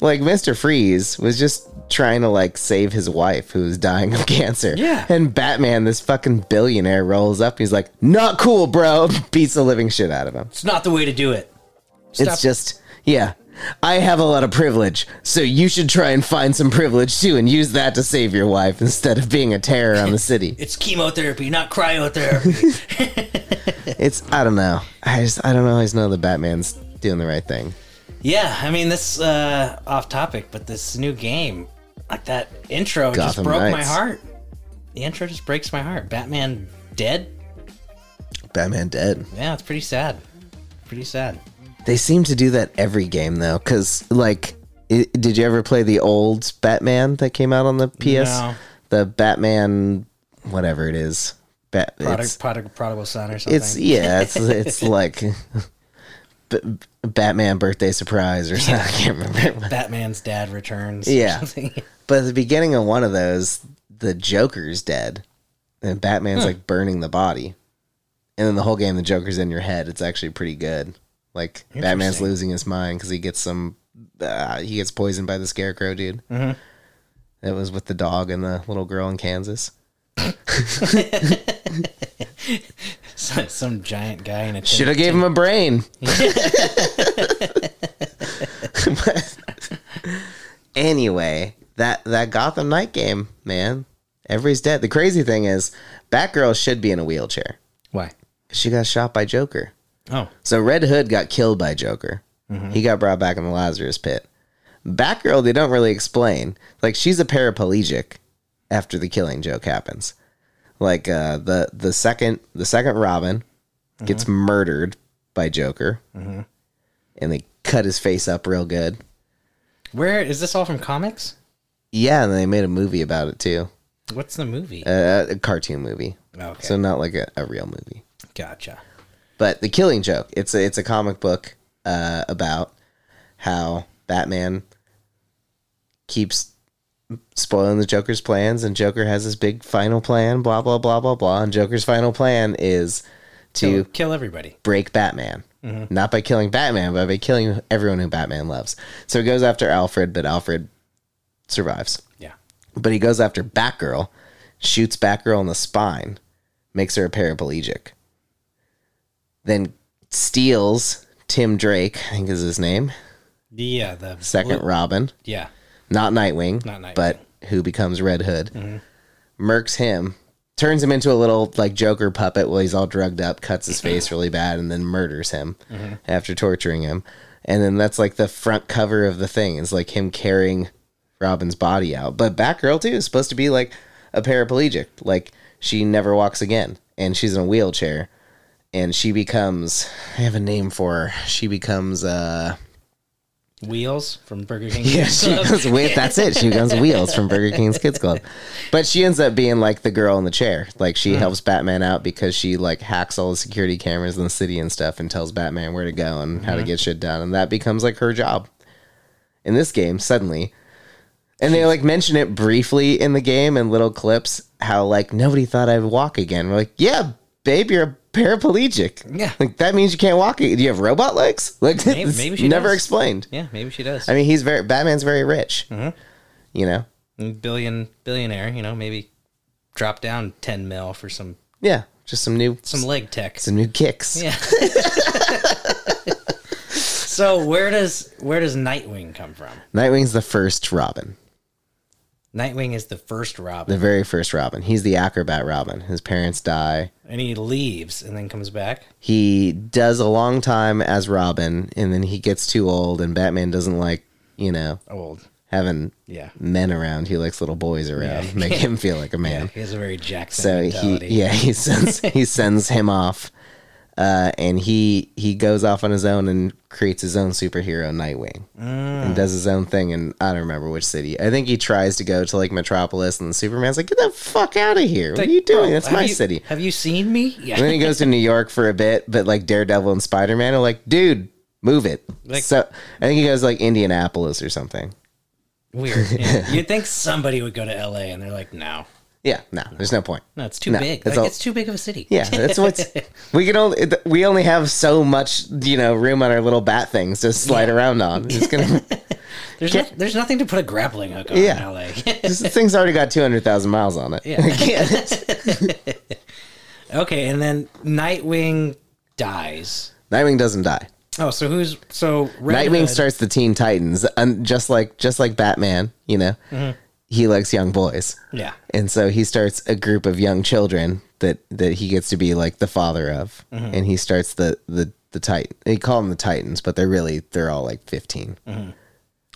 [SPEAKER 1] Like Mister Freeze was just trying to like save his wife who was dying of (laughs) cancer.
[SPEAKER 2] Yeah.
[SPEAKER 1] And Batman, this fucking billionaire, rolls up. And he's like, "Not cool, bro." (laughs) Beats the living shit out of him.
[SPEAKER 2] it's not the way to do it. Stop.
[SPEAKER 1] It's just, yeah. I have a lot of privilege, so you should try and find some privilege too and use that to save your wife instead of being a terror on the
[SPEAKER 2] (laughs)
[SPEAKER 1] city.
[SPEAKER 2] It's chemotherapy,
[SPEAKER 1] (laughs)
[SPEAKER 2] not cryotherapy.
[SPEAKER 1] It's, I don't know. I just, I don't always know that Batman's doing the right thing.
[SPEAKER 2] yeah, I mean this uh off topic, but this new game, like that intro
[SPEAKER 1] Gotham
[SPEAKER 2] just broke my
[SPEAKER 1] Knights.
[SPEAKER 2] heart. The intro just breaks my heart. Batman dead?
[SPEAKER 1] Batman dead.
[SPEAKER 2] Yeah, it's pretty sad. Pretty sad.
[SPEAKER 1] They seem to do that every game though, because like, i did you ever play the old Batman that came out on the PS?
[SPEAKER 2] No.
[SPEAKER 1] The Batman, whatever it is. Bat, it's-
[SPEAKER 2] Product, product, prodigal son or something.
[SPEAKER 1] It's yeah, it's
[SPEAKER 2] (laughs)
[SPEAKER 1] it's like (laughs) B- Batman birthday surprise or something. I can't remember.
[SPEAKER 2] Batman's dad returns. or
[SPEAKER 1] Yeah.
[SPEAKER 2] something. (laughs)
[SPEAKER 1] But at the beginning of one of those, the Joker's dead, and Batman's like burning the body, and then the whole game the Joker's in your head. It's actually pretty good. Like Batman's
[SPEAKER 2] Interesting.
[SPEAKER 1] losing his mind because he gets some, uh, he gets poisoned by the Scarecrow dude. That was with the dog and the little girl in Kansas.
[SPEAKER 2] Some, some giant guy in a tin-
[SPEAKER 1] Should have gave him a brain. (laughs) anyway, that that Gotham Knight game, man, everybody's dead. The crazy thing is, Batgirl should be in a wheelchair.
[SPEAKER 2] Why?
[SPEAKER 1] She got shot by Joker.
[SPEAKER 2] Oh,
[SPEAKER 1] So Red Hood got killed by Joker. He got brought back in the Lazarus Pit. Batgirl, they don't really explain. Like she's a paraplegic after the killing joke happens. Like uh, the the second the second Robin gets murdered by Joker, and they cut his face up real good.
[SPEAKER 2] where is this all from? Comics?
[SPEAKER 1] Yeah, and they made a movie about it too,
[SPEAKER 2] What's the movie?
[SPEAKER 1] uh, a cartoon movie.
[SPEAKER 2] Oh, okay,
[SPEAKER 1] So not like a, a real movie.
[SPEAKER 2] gotcha.
[SPEAKER 1] But the Killing Joke. It's a it's a comic book uh, about how Batman keeps spoiling the Joker's plans, and Joker has this big final plan. Blah blah blah blah blah. And Joker's final plan is to
[SPEAKER 2] Kill, kill everybody.
[SPEAKER 1] break Batman, not by killing Batman, but by killing everyone who Batman loves. So he goes after Alfred, but Alfred survives.
[SPEAKER 2] Yeah.
[SPEAKER 1] But he goes after Batgirl, shoots Batgirl in the spine, makes her a paraplegic, then steals Tim Drake, I think is his name,
[SPEAKER 2] Yeah, the
[SPEAKER 1] second
[SPEAKER 2] blue-
[SPEAKER 1] Robin,
[SPEAKER 2] yeah,
[SPEAKER 1] not Nightwing,
[SPEAKER 2] Not Nightwing.
[SPEAKER 1] but who becomes Red Hood, murks him, turns him into a little like Joker puppet while he's all drugged up, cuts his face really bad, and then murders him after torturing him. And then that's like the front cover of the thing is like him carrying Robin's body out. But Batgirl too is supposed to be like a paraplegic, like she never walks again, and she's in a wheelchair. And she becomes, I have a name for her. She becomes, uh,
[SPEAKER 2] wheels from Burger King.
[SPEAKER 1] yeah, (laughs) she goes with that's it. She becomes Wheels from Burger King's Kids Club. But she ends up being like the girl in the chair. Like she
[SPEAKER 2] Mm-hmm.
[SPEAKER 1] helps Batman out because she like hacks all the security cameras in the city and stuff and tells Batman where to go and
[SPEAKER 2] Mm-hmm.
[SPEAKER 1] how to get shit done. And that becomes like her job in this game suddenly. And they like mention it briefly in the game in little clips how like nobody thought I'd walk again. We're like, yeah, babe, you're a paraplegic.
[SPEAKER 2] Yeah.
[SPEAKER 1] Like that means you can't walk. a- Do you have robot legs? Like
[SPEAKER 2] Maybe-
[SPEAKER 1] it's
[SPEAKER 2] maybe she
[SPEAKER 1] never
[SPEAKER 2] does.
[SPEAKER 1] explained.
[SPEAKER 2] Yeah, maybe she does.
[SPEAKER 1] I mean, he's very Batman's very rich.
[SPEAKER 2] Mm-hmm.
[SPEAKER 1] You know,
[SPEAKER 2] Mm, Billion billionaire, you know, maybe drop down ten mil for some
[SPEAKER 1] yeah, just some new
[SPEAKER 2] some leg tech.
[SPEAKER 1] some new kicks.
[SPEAKER 2] Yeah. so where does where does Nightwing come from?
[SPEAKER 1] Nightwing's the first Robin,
[SPEAKER 2] Nightwing is the first Robin,
[SPEAKER 1] the very first Robin. He's the acrobat Robin. His parents die.
[SPEAKER 2] and he leaves and then comes back.
[SPEAKER 1] He does a long time as Robin, and then he gets too old, and Batman doesn't like you know
[SPEAKER 2] Old,
[SPEAKER 1] having
[SPEAKER 2] yeah.
[SPEAKER 1] men around. He likes little boys around, (laughs)
[SPEAKER 2] Yeah. (laughs)
[SPEAKER 1] make him feel like a man.
[SPEAKER 2] He has a very Jackson
[SPEAKER 1] so
[SPEAKER 2] mentality.
[SPEAKER 1] he yeah
[SPEAKER 2] (laughs)
[SPEAKER 1] he sends he sends him off uh, and he he goes off on his own and creates his own superhero nightwing
[SPEAKER 2] Mm.
[SPEAKER 1] and does his own thing and i don't remember which city i think he tries to go to like metropolis and superman's like get the fuck out of here what are you doing
[SPEAKER 2] Bro,
[SPEAKER 1] that's
[SPEAKER 2] have
[SPEAKER 1] my
[SPEAKER 2] you-
[SPEAKER 1] city
[SPEAKER 2] Have you seen me?
[SPEAKER 1] and
[SPEAKER 2] Yeah.
[SPEAKER 1] then he goes to new york for a bit but like daredevil and spider-man are like dude move it
[SPEAKER 2] Like-
[SPEAKER 1] so i think he goes like indianapolis or something
[SPEAKER 2] (laughs) Weird.
[SPEAKER 1] (laughs)
[SPEAKER 2] Yeah. You'd think somebody would go to LA and they're like, no.
[SPEAKER 1] yeah no there's no point
[SPEAKER 2] No, it's too
[SPEAKER 1] No,
[SPEAKER 2] big.
[SPEAKER 1] that's
[SPEAKER 2] Like,
[SPEAKER 1] all-
[SPEAKER 2] it's too big of a city.
[SPEAKER 1] Yeah, that's
[SPEAKER 2] (laughs)
[SPEAKER 1] what's we can only it- we only have so much you know room on our little bat things to slide around on. It's
[SPEAKER 2] (laughs)
[SPEAKER 1] gonna
[SPEAKER 2] There's, no, there's nothing to put a grappling hook on
[SPEAKER 1] Yeah. (laughs)
[SPEAKER 2] in (laughs) LA.
[SPEAKER 1] this thing's already got two hundred thousand miles on it.
[SPEAKER 2] Yeah.
[SPEAKER 1] I can't-
[SPEAKER 2] okay, and then Nightwing dies.
[SPEAKER 1] Nightwing doesn't die.
[SPEAKER 2] Oh, so who's so Red
[SPEAKER 1] Nightwing
[SPEAKER 2] Hood-
[SPEAKER 1] starts the Teen Titans, and just like just like Batman, you know,
[SPEAKER 2] Mm-hmm.
[SPEAKER 1] he likes young boys,
[SPEAKER 2] Yeah.
[SPEAKER 1] and so he starts a group of young children that that he gets to be like the father of,
[SPEAKER 2] Mm-hmm.
[SPEAKER 1] and he starts the the the Titan. They call them the Titans, but they're really they're all like 15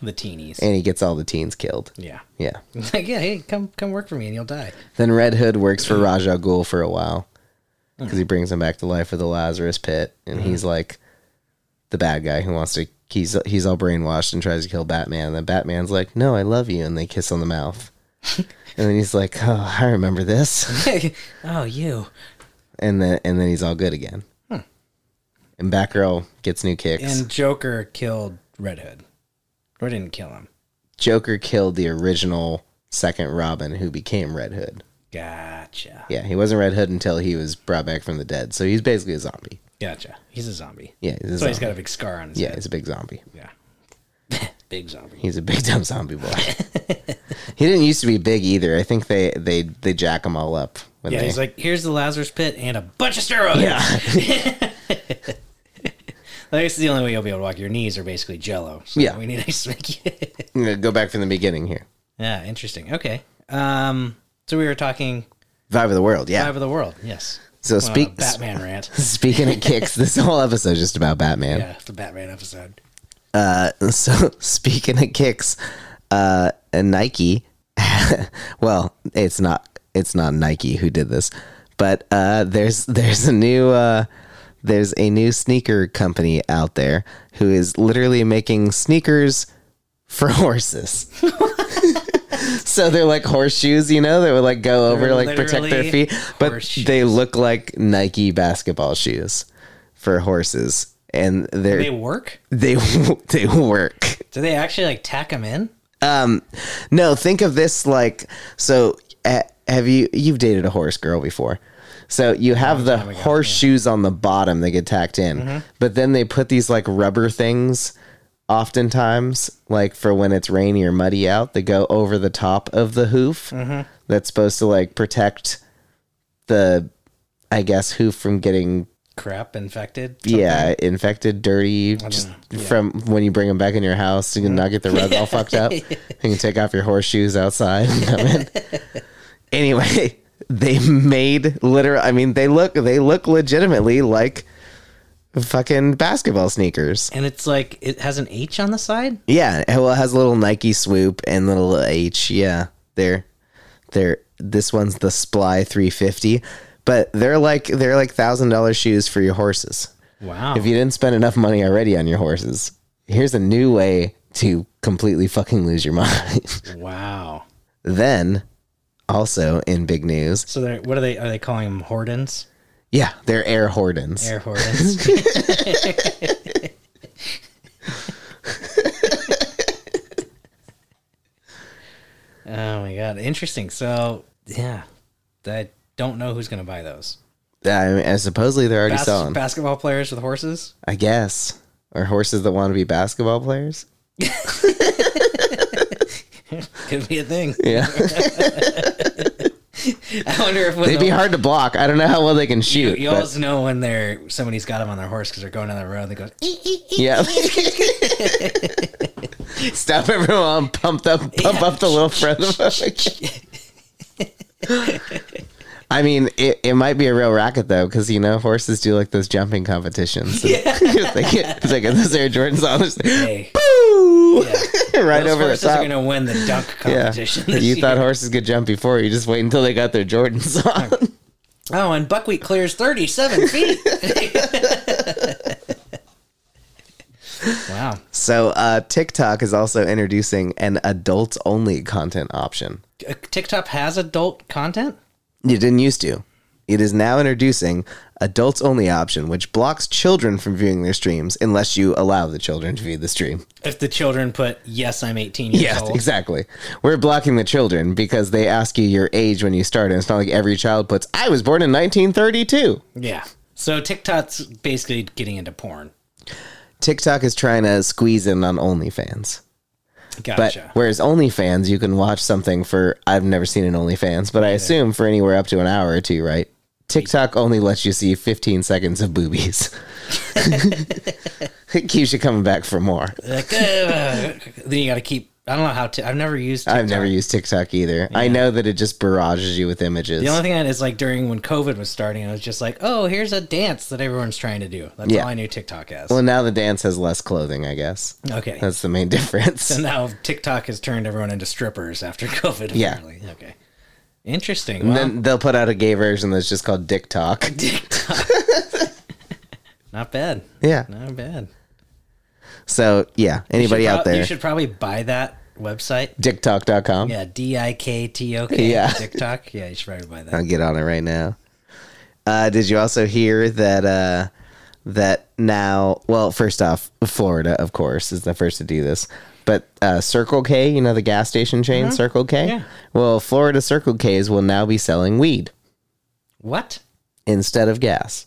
[SPEAKER 2] The teenies.
[SPEAKER 1] and he gets all the teens killed.
[SPEAKER 2] Mm-hmm. yeah. (laughs)
[SPEAKER 1] Yeah.
[SPEAKER 2] Like, yeah, hey, come come work for me and you'll die.
[SPEAKER 1] Then Red Hood works for Raja Ghul for a while
[SPEAKER 2] Oh.
[SPEAKER 1] because he brings him back to life with the Lazarus Pit, and
[SPEAKER 2] Mm-hmm.
[SPEAKER 1] he's like the bad guy who wants to. He's he's all brainwashed and tries to kill Batman. And then Batman's like, "No, I love you," and they kiss on the
[SPEAKER 2] (laughs)
[SPEAKER 1] mouth. and then he's like, "Oh, I remember this,"
[SPEAKER 2] (laughs) oh, you.
[SPEAKER 1] and then and then he's all good again. And Batgirl gets new kicks.
[SPEAKER 2] And Joker killed Red Hood. Or didn't kill him.
[SPEAKER 1] Joker killed the original second Robin, who became Red Hood.
[SPEAKER 2] Gotcha.
[SPEAKER 1] Yeah, he wasn't Red Hood until he was brought back from the dead. So he's basically a zombie.
[SPEAKER 2] Gotcha. He's a zombie.
[SPEAKER 1] Yeah, he's a
[SPEAKER 2] That's why he's
[SPEAKER 1] zombie.
[SPEAKER 2] got a big scar on his
[SPEAKER 1] yeah,
[SPEAKER 2] head.
[SPEAKER 1] he's a big zombie.
[SPEAKER 2] Yeah. (laughs) Big zombie.
[SPEAKER 1] He's a big (laughs) dumb zombie boy. he didn't used to be big either. I think they they they jack him all up when
[SPEAKER 2] Yeah,
[SPEAKER 1] they
[SPEAKER 2] he's like, here's the Lazarus pit and a bunch of steroids.
[SPEAKER 1] yeah.
[SPEAKER 2] (laughs) Like, it's the only way you'll be able to walk. Your knees are basically jello. So
[SPEAKER 1] Yeah.
[SPEAKER 2] We need to just make it. (laughs)
[SPEAKER 1] I'm gonna go back from the beginning here.
[SPEAKER 2] yeah, interesting. Okay. Um, so we were talking
[SPEAKER 1] Vibe of the world, yeah.
[SPEAKER 2] Five of the World. Yes.
[SPEAKER 1] So
[SPEAKER 2] Well,
[SPEAKER 1] speak
[SPEAKER 2] uh,
[SPEAKER 1] (laughs)
[SPEAKER 2] Batman rant.
[SPEAKER 1] speaking of kicks, (laughs) this whole episode is just about Batman.
[SPEAKER 2] Yeah, the Batman episode.
[SPEAKER 1] (laughs) so speaking of kicks, uh, and Nike, (laughs) well, it's not it's not Nike who did this, but uh, there's there's a new uh, there's a new sneaker company out there who is literally making sneakers for (laughs) horses. so they're like horseshoes, you know, that would like go over to
[SPEAKER 2] They're
[SPEAKER 1] like protect their
[SPEAKER 2] literally
[SPEAKER 1] feet, but
[SPEAKER 2] horseshoes.
[SPEAKER 1] they look like Nike basketball shoes for horses, and they're
[SPEAKER 2] They work?
[SPEAKER 1] they (laughs) they work.
[SPEAKER 2] Do they actually like tack them in?
[SPEAKER 1] Um, no, think of this like so. Uh, have you you've dated a horse girl before? So you have the horseshoes on the bottom that get tacked in, but then they put these like rubber things. Oftentimes, like for when it's rainy or muddy out, they go over the top of the hoof. That's supposed to like protect the, I guess, hoof from getting
[SPEAKER 2] crap infected.
[SPEAKER 1] Yeah, infected, dirty,
[SPEAKER 2] don't
[SPEAKER 1] just
[SPEAKER 2] know. Yeah.
[SPEAKER 1] from when you bring them back in your house, you can not get the rug all fucked
[SPEAKER 2] (laughs)
[SPEAKER 1] up. You can take off your horseshoes outside and come in. anyway, they made literal. I mean, they look they look legitimately like fucking basketball sneakers.
[SPEAKER 2] And it's like it has an H on the side.
[SPEAKER 1] Yeah, it- well, it has a little Nike swoop and little H. Yeah, they're they're this one's the Sply 350, but they're like they're like thousand dollar shoes for your horses.
[SPEAKER 2] Wow.
[SPEAKER 1] If you didn't spend enough money already on your horses, here's a new way to completely fucking lose your (laughs) mind.
[SPEAKER 2] wow.
[SPEAKER 1] then, also in big news,
[SPEAKER 2] So they're what are they? Are they calling them Hordens?
[SPEAKER 1] yeah, they're air Hordens. (laughs)
[SPEAKER 2] Air Hordens. oh my god, interesting. So yeah, I don't know who's gonna buy those.
[SPEAKER 1] I mean, and supposedly they're already
[SPEAKER 2] Bas-
[SPEAKER 1] selling.
[SPEAKER 2] basketball players with horses.
[SPEAKER 1] I guess. Or horses that want to be basketball players.
[SPEAKER 2] Could be a thing.
[SPEAKER 1] (laughs)
[SPEAKER 2] (laughs)
[SPEAKER 1] Yeah.
[SPEAKER 2] I wonder if when
[SPEAKER 1] They'd be
[SPEAKER 2] the-
[SPEAKER 1] hard to block. I don't know how well they can shoot.
[SPEAKER 2] you
[SPEAKER 1] but-
[SPEAKER 2] always know when they're somebody's got them on their horse because they're going down the road. They go, "Eek."
[SPEAKER 1] yeah.
[SPEAKER 2] (laughs)
[SPEAKER 1] Stop everyone! Pumped up, pump up the little friend. I mean, it, it might be a real racket though, because you know horses do like those jumping competitions. And if (laughs) they get, if they get those Air Jordans on, it's
[SPEAKER 2] "Hey,
[SPEAKER 1] boo,
[SPEAKER 2] Yeah.
[SPEAKER 1] (laughs) right
[SPEAKER 2] those
[SPEAKER 1] over the
[SPEAKER 2] horses are
[SPEAKER 1] top.
[SPEAKER 2] going to win the dunk
[SPEAKER 1] (laughs) Yeah,
[SPEAKER 2] competition." this
[SPEAKER 1] you
[SPEAKER 2] year."
[SPEAKER 1] thought horses could jump before. You just wait until they got their Jordans (laughs) on.
[SPEAKER 2] Oh, and buckwheat
[SPEAKER 1] (laughs)
[SPEAKER 2] clears thirty-seven feet. wow.
[SPEAKER 1] So uh, TikTok is also introducing an adults-only content option.
[SPEAKER 2] Uh, TikTok has adult content.
[SPEAKER 1] You didn't used to. It is now introducing adults only option, which blocks children from viewing their streams unless you allow the children to view the stream.
[SPEAKER 2] If the children put, "Yes, I'm 18 years old,"
[SPEAKER 1] exactly. We're blocking the children because they ask you your age when you start, and it's not like every child puts, "I was born in 1932."
[SPEAKER 2] yeah. So TikTok's basically getting into porn.
[SPEAKER 1] TikTok is trying to squeeze in on OnlyFans. But
[SPEAKER 2] Gotcha.
[SPEAKER 1] whereas OnlyFans, you can watch something for I've never seen an OnlyFans, but I assume for anywhere up to an hour or two, right? TikTok only lets you see 15 seconds of
[SPEAKER 2] (laughs)
[SPEAKER 1] boobies. it keeps you coming back for more.
[SPEAKER 2] Like, uh, then you got to keep. I don't know how to. I've never used. TikTok.
[SPEAKER 1] I've never used TikTok either. I know that it just barrages you with images.
[SPEAKER 2] The only thing I is like during when COVID was starting, I was just like, "Oh, here's a dance that everyone's trying to do." That's
[SPEAKER 1] Yeah.
[SPEAKER 2] all I knew TikTok as.
[SPEAKER 1] well, now the dance has less clothing, I guess.
[SPEAKER 2] okay,
[SPEAKER 1] That's the main
[SPEAKER 2] (laughs)
[SPEAKER 1] difference.
[SPEAKER 2] so now TikTok has turned everyone into strippers after (laughs) COVID.
[SPEAKER 1] Yeah.
[SPEAKER 2] Apparently. Okay. Interesting.
[SPEAKER 1] And
[SPEAKER 2] Well, (laughs)
[SPEAKER 1] then they'll put out a gay version that's just called Dick Talk.
[SPEAKER 2] TikTok.
[SPEAKER 1] (laughs)
[SPEAKER 2] Not bad.
[SPEAKER 1] Yeah.
[SPEAKER 2] Not bad.
[SPEAKER 1] So, yeah, anybody
[SPEAKER 2] You should
[SPEAKER 1] out
[SPEAKER 2] prob-
[SPEAKER 1] there,
[SPEAKER 2] You should probably buy that website.
[SPEAKER 1] dicktalk.com.
[SPEAKER 2] Yeah, D I K T O
[SPEAKER 1] (laughs)
[SPEAKER 2] K.
[SPEAKER 1] Yeah.
[SPEAKER 2] TikTok. Yeah, you should probably buy that.
[SPEAKER 1] I'll get on it right now. Uh, did you also hear that uh, that now? Well, first off, Florida, of course, is the first to do this. But uh, Circle K, you know the gas station chain, Circle K.
[SPEAKER 2] Yeah.
[SPEAKER 1] Well, Florida Circle K's will now be selling weed
[SPEAKER 2] What?
[SPEAKER 1] instead of gas.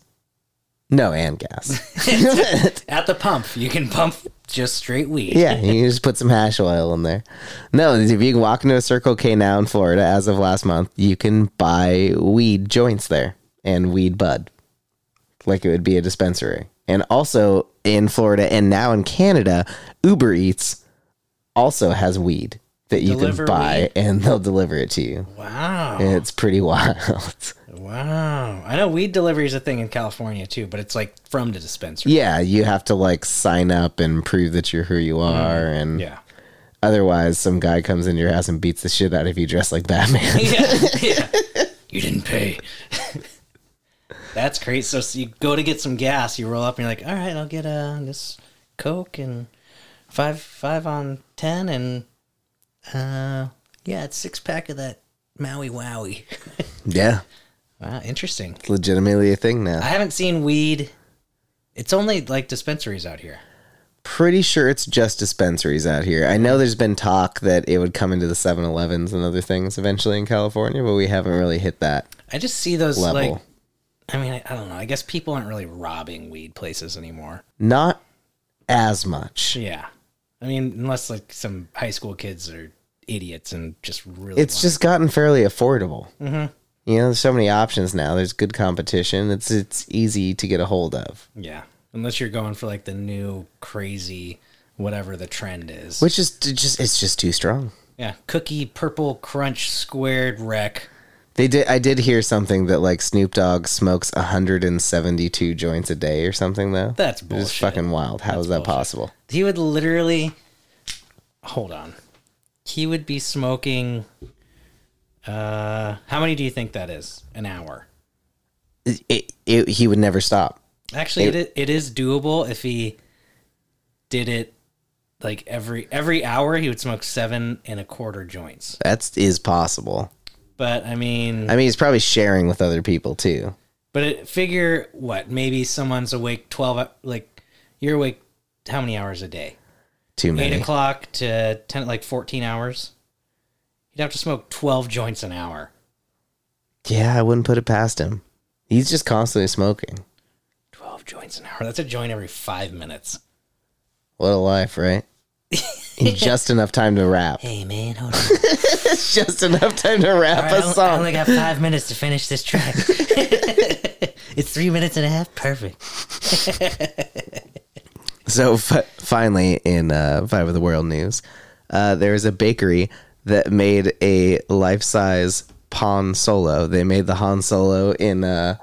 [SPEAKER 1] No, and gas. (laughs)
[SPEAKER 2] At the pump, you can pump just straight weed.
[SPEAKER 1] yeah, you just put some hash oil in there. No, if you walk into a Circle K now in Florida, as of last month, you can buy weed joints there and weed bud. like it would be a dispensary. And also in Florida and now in Canada, Uber Eats also has weed that you
[SPEAKER 2] Deliver
[SPEAKER 1] can buy
[SPEAKER 2] weed?
[SPEAKER 1] and they'll deliver it to you.
[SPEAKER 2] Wow.
[SPEAKER 1] It's pretty wild. (laughs)
[SPEAKER 2] Wow. I know weed delivery is a thing in California too, but it's like from the dispensary.
[SPEAKER 1] yeah, you have to like sign up and prove that you're who you are and
[SPEAKER 2] Mm-hmm. Yeah.
[SPEAKER 1] otherwise some guy comes into your house and beats the shit out of you dressed like Batman.
[SPEAKER 2] Yeah. (laughs) yeah. You didn't pay. (laughs) That's crazy. So, so you go to get some gas, you roll up and you're like, all right, I'll get uh, this Coke and five five on ten and uh yeah, it's six pack of that Maui Wowie. (laughs)
[SPEAKER 1] yeah.
[SPEAKER 2] Wow, interesting.
[SPEAKER 1] It's legitimately a thing
[SPEAKER 2] I
[SPEAKER 1] now.
[SPEAKER 2] haven't seen weed. It's only like dispensaries out here.
[SPEAKER 1] Pretty sure it's just dispensaries out here. I know there's been talk that it would come into the 7-Elevens and other things eventually in California, but we haven't really hit that.
[SPEAKER 2] I just see those
[SPEAKER 1] Level.
[SPEAKER 2] like. I mean, I, I don't know. I guess people aren't really robbing weed places anymore.
[SPEAKER 1] not as much.
[SPEAKER 2] Yeah, I mean, unless like some high school kids are idiots and just really.
[SPEAKER 1] It's just gotten fairly affordable. Mm-hmm. You know, there's so many options now. There's good competition. It's it's easy to get a hold of,
[SPEAKER 2] Yeah. Unless you're going for like the new crazy whatever the trend is.
[SPEAKER 1] which is t- just it's just too strong.
[SPEAKER 2] yeah. Cookie purple crunch squared wreck.
[SPEAKER 1] They did. I did hear something that like Snoop Dogg smokes 172 joints a day or something though.
[SPEAKER 2] That's
[SPEAKER 1] It's
[SPEAKER 2] bullshit.
[SPEAKER 1] fucking wild. How is that
[SPEAKER 2] bullshit.
[SPEAKER 1] possible?
[SPEAKER 2] He would literally hold on. He would be smoking uh how many do you think that is? An hour.
[SPEAKER 1] It, it, it, he would never stop.
[SPEAKER 2] Actually, it, i- it is doable if he did it like every every hour he would smoke seven and a quarter joints.
[SPEAKER 1] That is possible.
[SPEAKER 2] But I mean,
[SPEAKER 1] I mean, he's probably sharing with other people too.
[SPEAKER 2] but it, figure what? Maybe someone's awake twelve. hou- Like you're awake how many hours a day?
[SPEAKER 1] Too
[SPEAKER 2] Eight
[SPEAKER 1] many.
[SPEAKER 2] o'clock to ten, like fourteen hours. You'd have to smoke twelve joints an hour.
[SPEAKER 1] Yeah, I wouldn't put it past him. He's just constantly smoking.
[SPEAKER 2] Twelve joints an hour. That's a joint every five minutes.
[SPEAKER 1] What a life,
[SPEAKER 2] (laughs)
[SPEAKER 1] right? And just enough time to rap.
[SPEAKER 2] Hey man, hold
[SPEAKER 1] (laughs)
[SPEAKER 2] on.
[SPEAKER 1] just enough time to rap
[SPEAKER 2] All right,
[SPEAKER 1] a song.
[SPEAKER 2] got five minutes to finish this track. (laughs) it's three minutes and a half. Perfect.
[SPEAKER 1] So f- finally, in uh, Five of the World news, uh, there is a bakery that made a life-size Han Solo. They made the Han Solo in uh,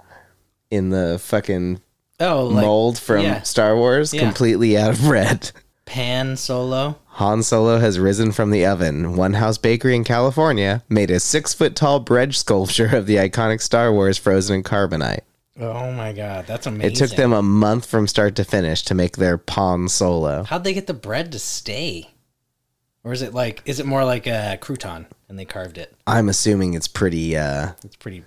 [SPEAKER 1] in the fucking
[SPEAKER 2] Oh, like
[SPEAKER 1] mold from
[SPEAKER 2] yeah.
[SPEAKER 1] Star Wars, completely out of red.
[SPEAKER 2] Pan Solo.
[SPEAKER 1] Han Solo has risen from the oven. One House Bakery in California made a six-foot-tall bread sculpture of the iconic Star Wars frozen in carbonite.
[SPEAKER 2] Oh my god, that's amazing.
[SPEAKER 1] It took them a month from start to finish to make their Han Solo.
[SPEAKER 2] How'd they get the bread to stay? Or is it like is it more like a crouton and they carved it?
[SPEAKER 1] I'm assuming it's pretty. Uh,
[SPEAKER 2] It's pretty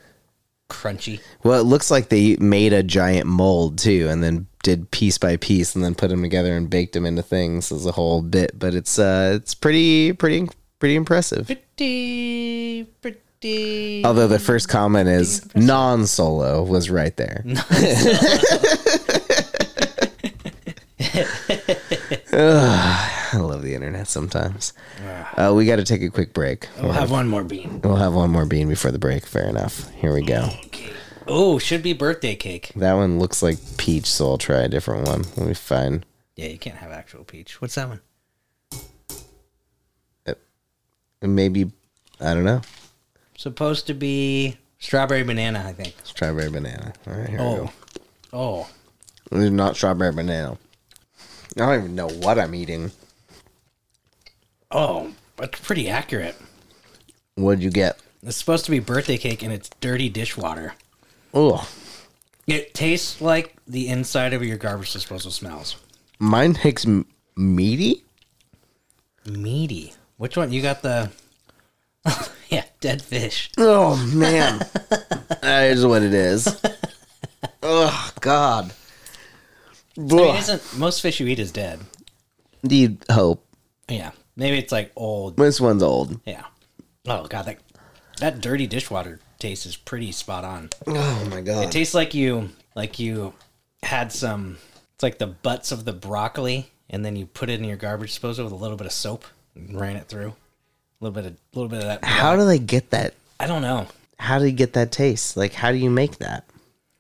[SPEAKER 2] crunchy.
[SPEAKER 1] Well, it looks like they made a giant mold too, and then did piece by piece, and then put them together and baked them into things as a whole bit. But it's uh, it's pretty, pretty, pretty impressive.
[SPEAKER 2] Pretty pretty
[SPEAKER 1] Although the first comment is non-solo was right there. Ugh, (sighs) I love the internet sometimes. Uh, we got to take a quick break.
[SPEAKER 2] We'll have one more bean.
[SPEAKER 1] We'll have one more bean before the break. Fair enough. Here we go.
[SPEAKER 2] Oh, should be birthday cake.
[SPEAKER 1] That one looks like peach, so I'll try a different one. Let me find.
[SPEAKER 2] Yeah, you can't have actual peach. What's that one?
[SPEAKER 1] maybe I don't know.
[SPEAKER 2] Supposed to be strawberry banana, I think.
[SPEAKER 1] Strawberry banana. All right, here
[SPEAKER 2] Oh. Oh.
[SPEAKER 1] we go. It's not strawberry banana. I don't even know what I'm eating.
[SPEAKER 2] Oh, that's pretty accurate.
[SPEAKER 1] What'd you get?
[SPEAKER 2] It's supposed to be birthday cake and it's dirty dishwater.
[SPEAKER 1] Oh,
[SPEAKER 2] It tastes like the inside of your garbage disposal smells.
[SPEAKER 1] mine takes m- meaty.
[SPEAKER 2] Meaty. Which one? You got the. (laughs) yeah, dead fish.
[SPEAKER 1] Oh man, (laughs) that is what it is. oh God.
[SPEAKER 2] I mean,
[SPEAKER 1] Ugh.
[SPEAKER 2] isn't, most fish you eat is dead.
[SPEAKER 1] You'd hope
[SPEAKER 2] Yeah. Maybe it's like old.
[SPEAKER 1] this one's old.
[SPEAKER 2] Yeah. Oh, God. That, that dirty dishwater taste is pretty spot on.
[SPEAKER 1] Oh my God.
[SPEAKER 2] It tastes like you like you had some. It's like the butts of the broccoli, and then you put it in your garbage disposal with a little bit of soap and ran it through. A little bit of a little bit of that.
[SPEAKER 1] how do they get that?
[SPEAKER 2] I don't know.
[SPEAKER 1] How do you get that taste? Like, how do you make that?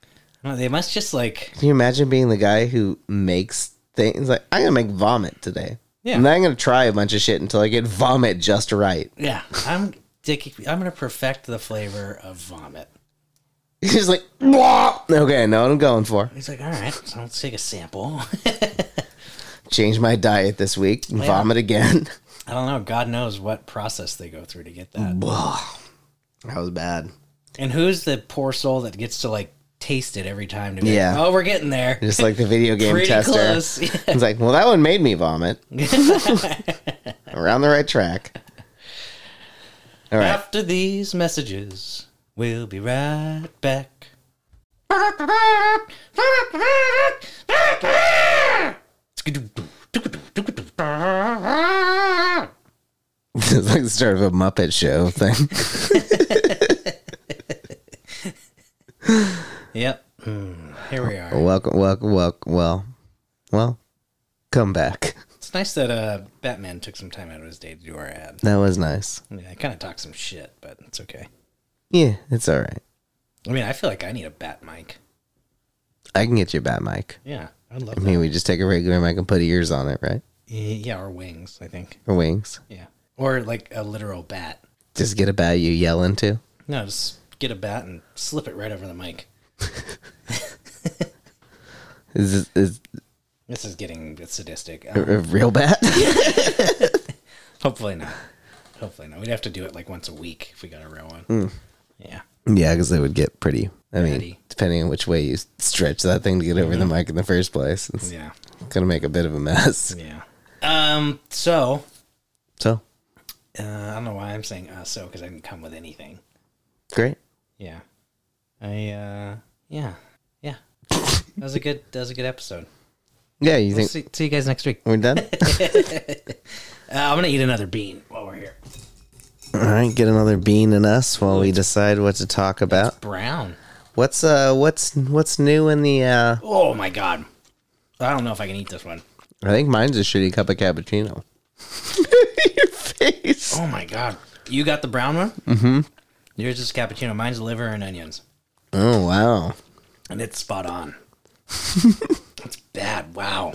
[SPEAKER 2] I don't know, They must just like
[SPEAKER 1] Can you imagine being the guy who makes things like I'm gonna make vomit today?
[SPEAKER 2] Yeah.
[SPEAKER 1] And then I'm gonna try a bunch of shit until I get vomit just right. (laughs)
[SPEAKER 2] yeah. I'm Dick, I'm gonna perfect the flavor of vomit.
[SPEAKER 1] He's just like, "Blah." okay, I know what I'm going for.
[SPEAKER 2] He's like, all right, so let's take a sample. (laughs)
[SPEAKER 1] Change my diet this week. and Vomit again. (laughs)
[SPEAKER 2] I don't know. God knows what process they go through to get
[SPEAKER 1] Mm.
[SPEAKER 2] that.
[SPEAKER 1] Blah. that was bad.
[SPEAKER 2] And who's the poor soul that gets to like taste it every time? To be yeah.
[SPEAKER 1] Yeah.
[SPEAKER 2] oh, we're getting there.
[SPEAKER 1] Just like the video game
[SPEAKER 2] Pretty
[SPEAKER 1] tester.
[SPEAKER 2] close. (laughs)
[SPEAKER 1] It's like, well, that one made me vomit. We're on the right track. All right.
[SPEAKER 2] After these messages, we'll be right back.
[SPEAKER 1] it's like the start of a Muppet show thing.
[SPEAKER 2] Yep. Hmm, Here we are.
[SPEAKER 1] welcome, welcome, welcome. Well, well, come back.
[SPEAKER 2] It's nice that uh, Batman took some time out of his day to do our ad.
[SPEAKER 1] That was nice.
[SPEAKER 2] Yeah, I kind of talked some shit, but it's okay.
[SPEAKER 1] Yeah, it's all right.
[SPEAKER 2] I mean, I feel like I need a bat mic.
[SPEAKER 1] I can get you a bat mic.
[SPEAKER 2] Yeah, I'd love
[SPEAKER 1] I
[SPEAKER 2] that.
[SPEAKER 1] mean, we just take a regular mic and put ears on it, right?
[SPEAKER 2] Yeah, or wings. I think.
[SPEAKER 1] Or wings.
[SPEAKER 2] Yeah, or like a literal bat.
[SPEAKER 1] Just get a bat you yell into.
[SPEAKER 2] No, just get a bat and slip it right over the mic.
[SPEAKER 1] Is is
[SPEAKER 2] This is getting sadistic.
[SPEAKER 1] a
[SPEAKER 2] Um,
[SPEAKER 1] a real (laughs) bat?
[SPEAKER 2] hopefully not. Hopefully not. We'd have to do it like once a week if we got a real one. Yeah.
[SPEAKER 1] yeah, because it would get pretty. I mean,
[SPEAKER 2] Ratty.
[SPEAKER 1] depending on which way you stretch that thing to get over the mic in the first place, it's
[SPEAKER 2] Mm-hmm. Yeah.
[SPEAKER 1] gonna make a bit of a mess.
[SPEAKER 2] Yeah. Um. So
[SPEAKER 1] So
[SPEAKER 2] uh, I don't know why I'm saying uh, so because I didn't come with anything.
[SPEAKER 1] great.
[SPEAKER 2] Yeah. I. uh Yeah. Yeah. that was a good. That was a good episode.
[SPEAKER 1] Yeah, you think
[SPEAKER 2] See, see you guys next week.
[SPEAKER 1] we're
[SPEAKER 2] (laughs)
[SPEAKER 1] done?
[SPEAKER 2] Uh, I'm gonna eat another bean while we're here.
[SPEAKER 1] All right, get another bean in us while we decide what to talk about.
[SPEAKER 2] Brown.
[SPEAKER 1] What's uh what's what's new in the uh
[SPEAKER 2] Oh my god. I don't know if I can eat this one.
[SPEAKER 1] I think mine's a shitty cup of cappuccino. (laughs) Your face.
[SPEAKER 2] Oh my god. You got the brown one? Mm-hmm. Yours is cappuccino. Mine's liver and onions.
[SPEAKER 1] Oh wow.
[SPEAKER 2] And it's spot on. That's bad. Wow.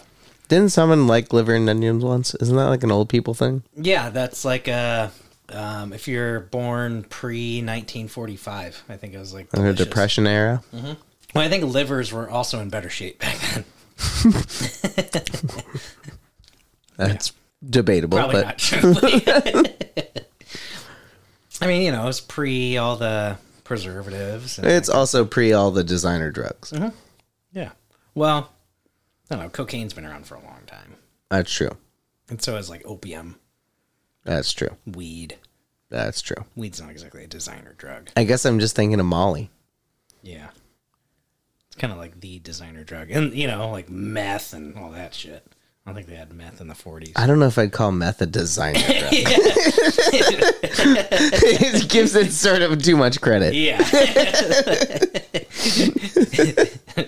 [SPEAKER 1] Didn't someone like liver and onions once? Isn't that like an old people thing?
[SPEAKER 2] Yeah, that's like a. Um, if you're born pre 1945, I think it was like.
[SPEAKER 1] Or
[SPEAKER 2] delicious. Mm.
[SPEAKER 1] depression era?
[SPEAKER 2] Well, I think livers were also in better shape back then.
[SPEAKER 1] That's debatable,
[SPEAKER 2] Probably
[SPEAKER 1] but
[SPEAKER 2] not. truthfully. (laughs) I mean, you know, it's pre all the preservatives. And,
[SPEAKER 1] it's also pre all the designer drugs.
[SPEAKER 2] Uh-huh. yeah. Well, I don't know. Cocaine's been around for a long time.
[SPEAKER 1] That's true.
[SPEAKER 2] And so is like opium,
[SPEAKER 1] That's true.
[SPEAKER 2] weed.
[SPEAKER 1] That's true.
[SPEAKER 2] Weed's not exactly a designer drug.
[SPEAKER 1] I guess I'm just thinking of Molly.
[SPEAKER 2] Yeah. It's kind of like the designer drug. And, you know, like meth and all that shit. I don't think they had meth in the 40s.
[SPEAKER 1] I don't know if I'd call meth a
[SPEAKER 2] (laughs)
[SPEAKER 1] designer drug. it gives it sort of too much credit.
[SPEAKER 2] Yeah.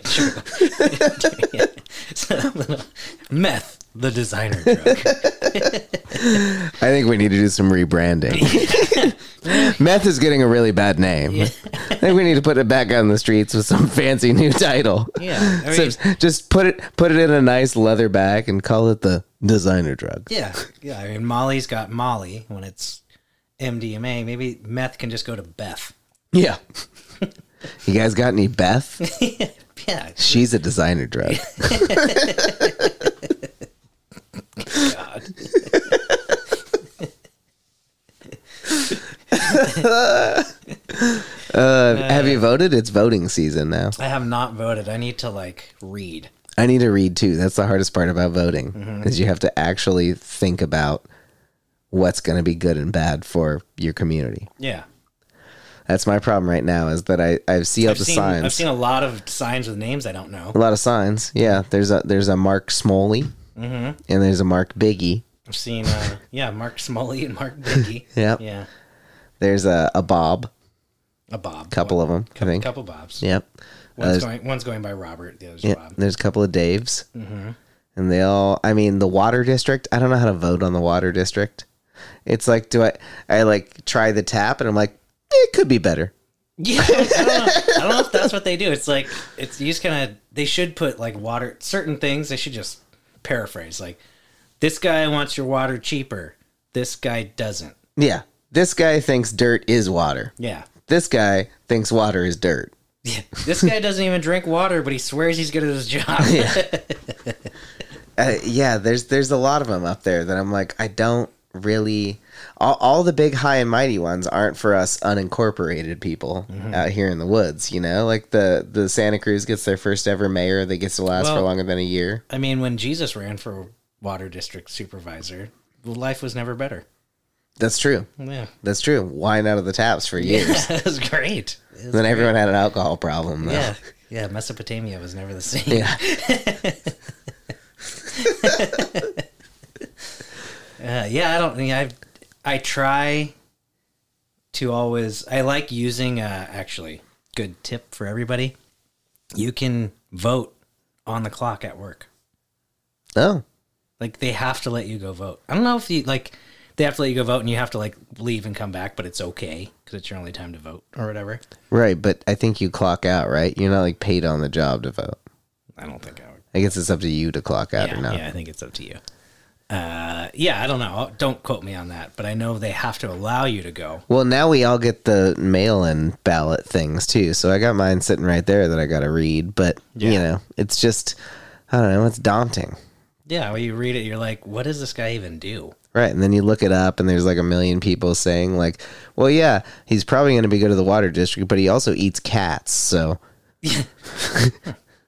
[SPEAKER 2] Sure. So, meth, the designer drug.
[SPEAKER 1] I think we need to do some
[SPEAKER 2] (laughs)
[SPEAKER 1] rebranding. Meth is getting a really bad name. I think we need to put it back on the streets with some fancy new title.
[SPEAKER 2] Yeah, I mean-
[SPEAKER 1] So just put it put it in a nice leather bag and call it the designer drug.
[SPEAKER 2] Yeah. Yeah. I mean, Molly's got Molly when it's MDMA. Maybe meth can just go to Beth.
[SPEAKER 1] Yeah. you guys got any Beth?
[SPEAKER 2] Yeah.
[SPEAKER 1] She's a designer
[SPEAKER 2] (laughs)
[SPEAKER 1] drug.
[SPEAKER 2] God.
[SPEAKER 1] (laughs) Uh, have you voted? It's voting season now.
[SPEAKER 2] I have not voted. I need to, like, read.
[SPEAKER 1] I need to read too. That's the hardest part about voting
[SPEAKER 2] Mm-hmm.
[SPEAKER 1] is you have to actually think about what's going to be good and bad for your community.
[SPEAKER 2] Yeah.
[SPEAKER 1] That's my problem right now is that I, I see all
[SPEAKER 2] I've
[SPEAKER 1] the
[SPEAKER 2] seen,
[SPEAKER 1] signs.
[SPEAKER 2] I've seen a lot of signs with names I don't know.
[SPEAKER 1] a lot of signs. Yeah, there's a there's a Mark Smoley
[SPEAKER 2] Mm-hmm.
[SPEAKER 1] and there's a Mark Biggie.
[SPEAKER 2] I've seen, uh, yeah, Mark Smully and Mark
[SPEAKER 1] (laughs)
[SPEAKER 2] Dickey.
[SPEAKER 1] Yep.
[SPEAKER 2] Yeah.
[SPEAKER 1] There's a, a Bob,
[SPEAKER 2] A Bob.
[SPEAKER 1] couple of them, I
[SPEAKER 2] a
[SPEAKER 1] think.
[SPEAKER 2] couple Bobs.
[SPEAKER 1] Yep. Uh,
[SPEAKER 2] One's
[SPEAKER 1] there's,
[SPEAKER 2] going, one's going by Robert, the other's
[SPEAKER 1] yeah,
[SPEAKER 2] Bob.
[SPEAKER 1] there's a couple of Daves.
[SPEAKER 2] Mm-hmm.
[SPEAKER 1] And they all I mean the water district, I don't know how to vote on the water district. It's like do I I like try the tap and I'm like it could be better.
[SPEAKER 2] Yeah, (laughs) I don't, know, I don't know if that's what they do. It's like it's you just kind of they should put like water certain things. They should just paraphrase like this guy wants your water cheaper. This guy doesn't.
[SPEAKER 1] Yeah. This guy thinks dirt is water.
[SPEAKER 2] (laughs) Yeah.
[SPEAKER 1] This guy thinks water is dirt.
[SPEAKER 2] Yeah. This guy doesn't even drink water, but he swears he's good at his (laughs) job.
[SPEAKER 1] Uh, yeah, there's there's a lot of them up there that I'm like I don't really all, all the big high and mighty ones aren't for us unincorporated people
[SPEAKER 2] Mm-hmm.
[SPEAKER 1] out here in the woods, you know? Like the the Santa Cruz gets their first ever mayor that gets to last for
[SPEAKER 2] Well-
[SPEAKER 1] longer than a year.
[SPEAKER 2] I mean, when Jesus ran for water district supervisor, life was never better.
[SPEAKER 1] That's true.
[SPEAKER 2] Yeah.
[SPEAKER 1] That's true. Wine out of the taps for years. (laughs)
[SPEAKER 2] (laughs) it was great. It was-
[SPEAKER 1] Then everyone had an alcohol problem though.
[SPEAKER 2] yeah. (laughs) Yeah, Mesopotamia was never the same.
[SPEAKER 1] (laughs) Yeah.
[SPEAKER 2] Uh, yeah, I don't. I I try to always. I like using uh, actually good tip for everybody. You can vote on the clock at work.
[SPEAKER 1] Oh.
[SPEAKER 2] Like they have to let you go vote. I don't know if you like. they have to let you go vote, and you have to like leave and come back, but it's okay because it's your only time to vote or whatever.
[SPEAKER 1] Right, but I think you clock out, right? You're not like paid on the job to vote.
[SPEAKER 2] I don't think I would.
[SPEAKER 1] I guess it's up to you to clock out
[SPEAKER 2] Yeah,
[SPEAKER 1] or not.
[SPEAKER 2] yeah, I think it's up to you. Uh, yeah, I don't know. Don't quote me on that, but I know they have to allow you to go.
[SPEAKER 1] Well, now we all get the mail-in ballot things too. So I got mine sitting right there that I got to read, but you
[SPEAKER 2] Yeah.
[SPEAKER 1] know, it's just I don't know, it's daunting.
[SPEAKER 2] Yeah, when you read it, you're like, what does this guy even do?
[SPEAKER 1] Right, and then you look it up, and there's like a million people saying like, "Well, yeah, he's probably going to be good to the water district, but he also eats cats." So
[SPEAKER 2] I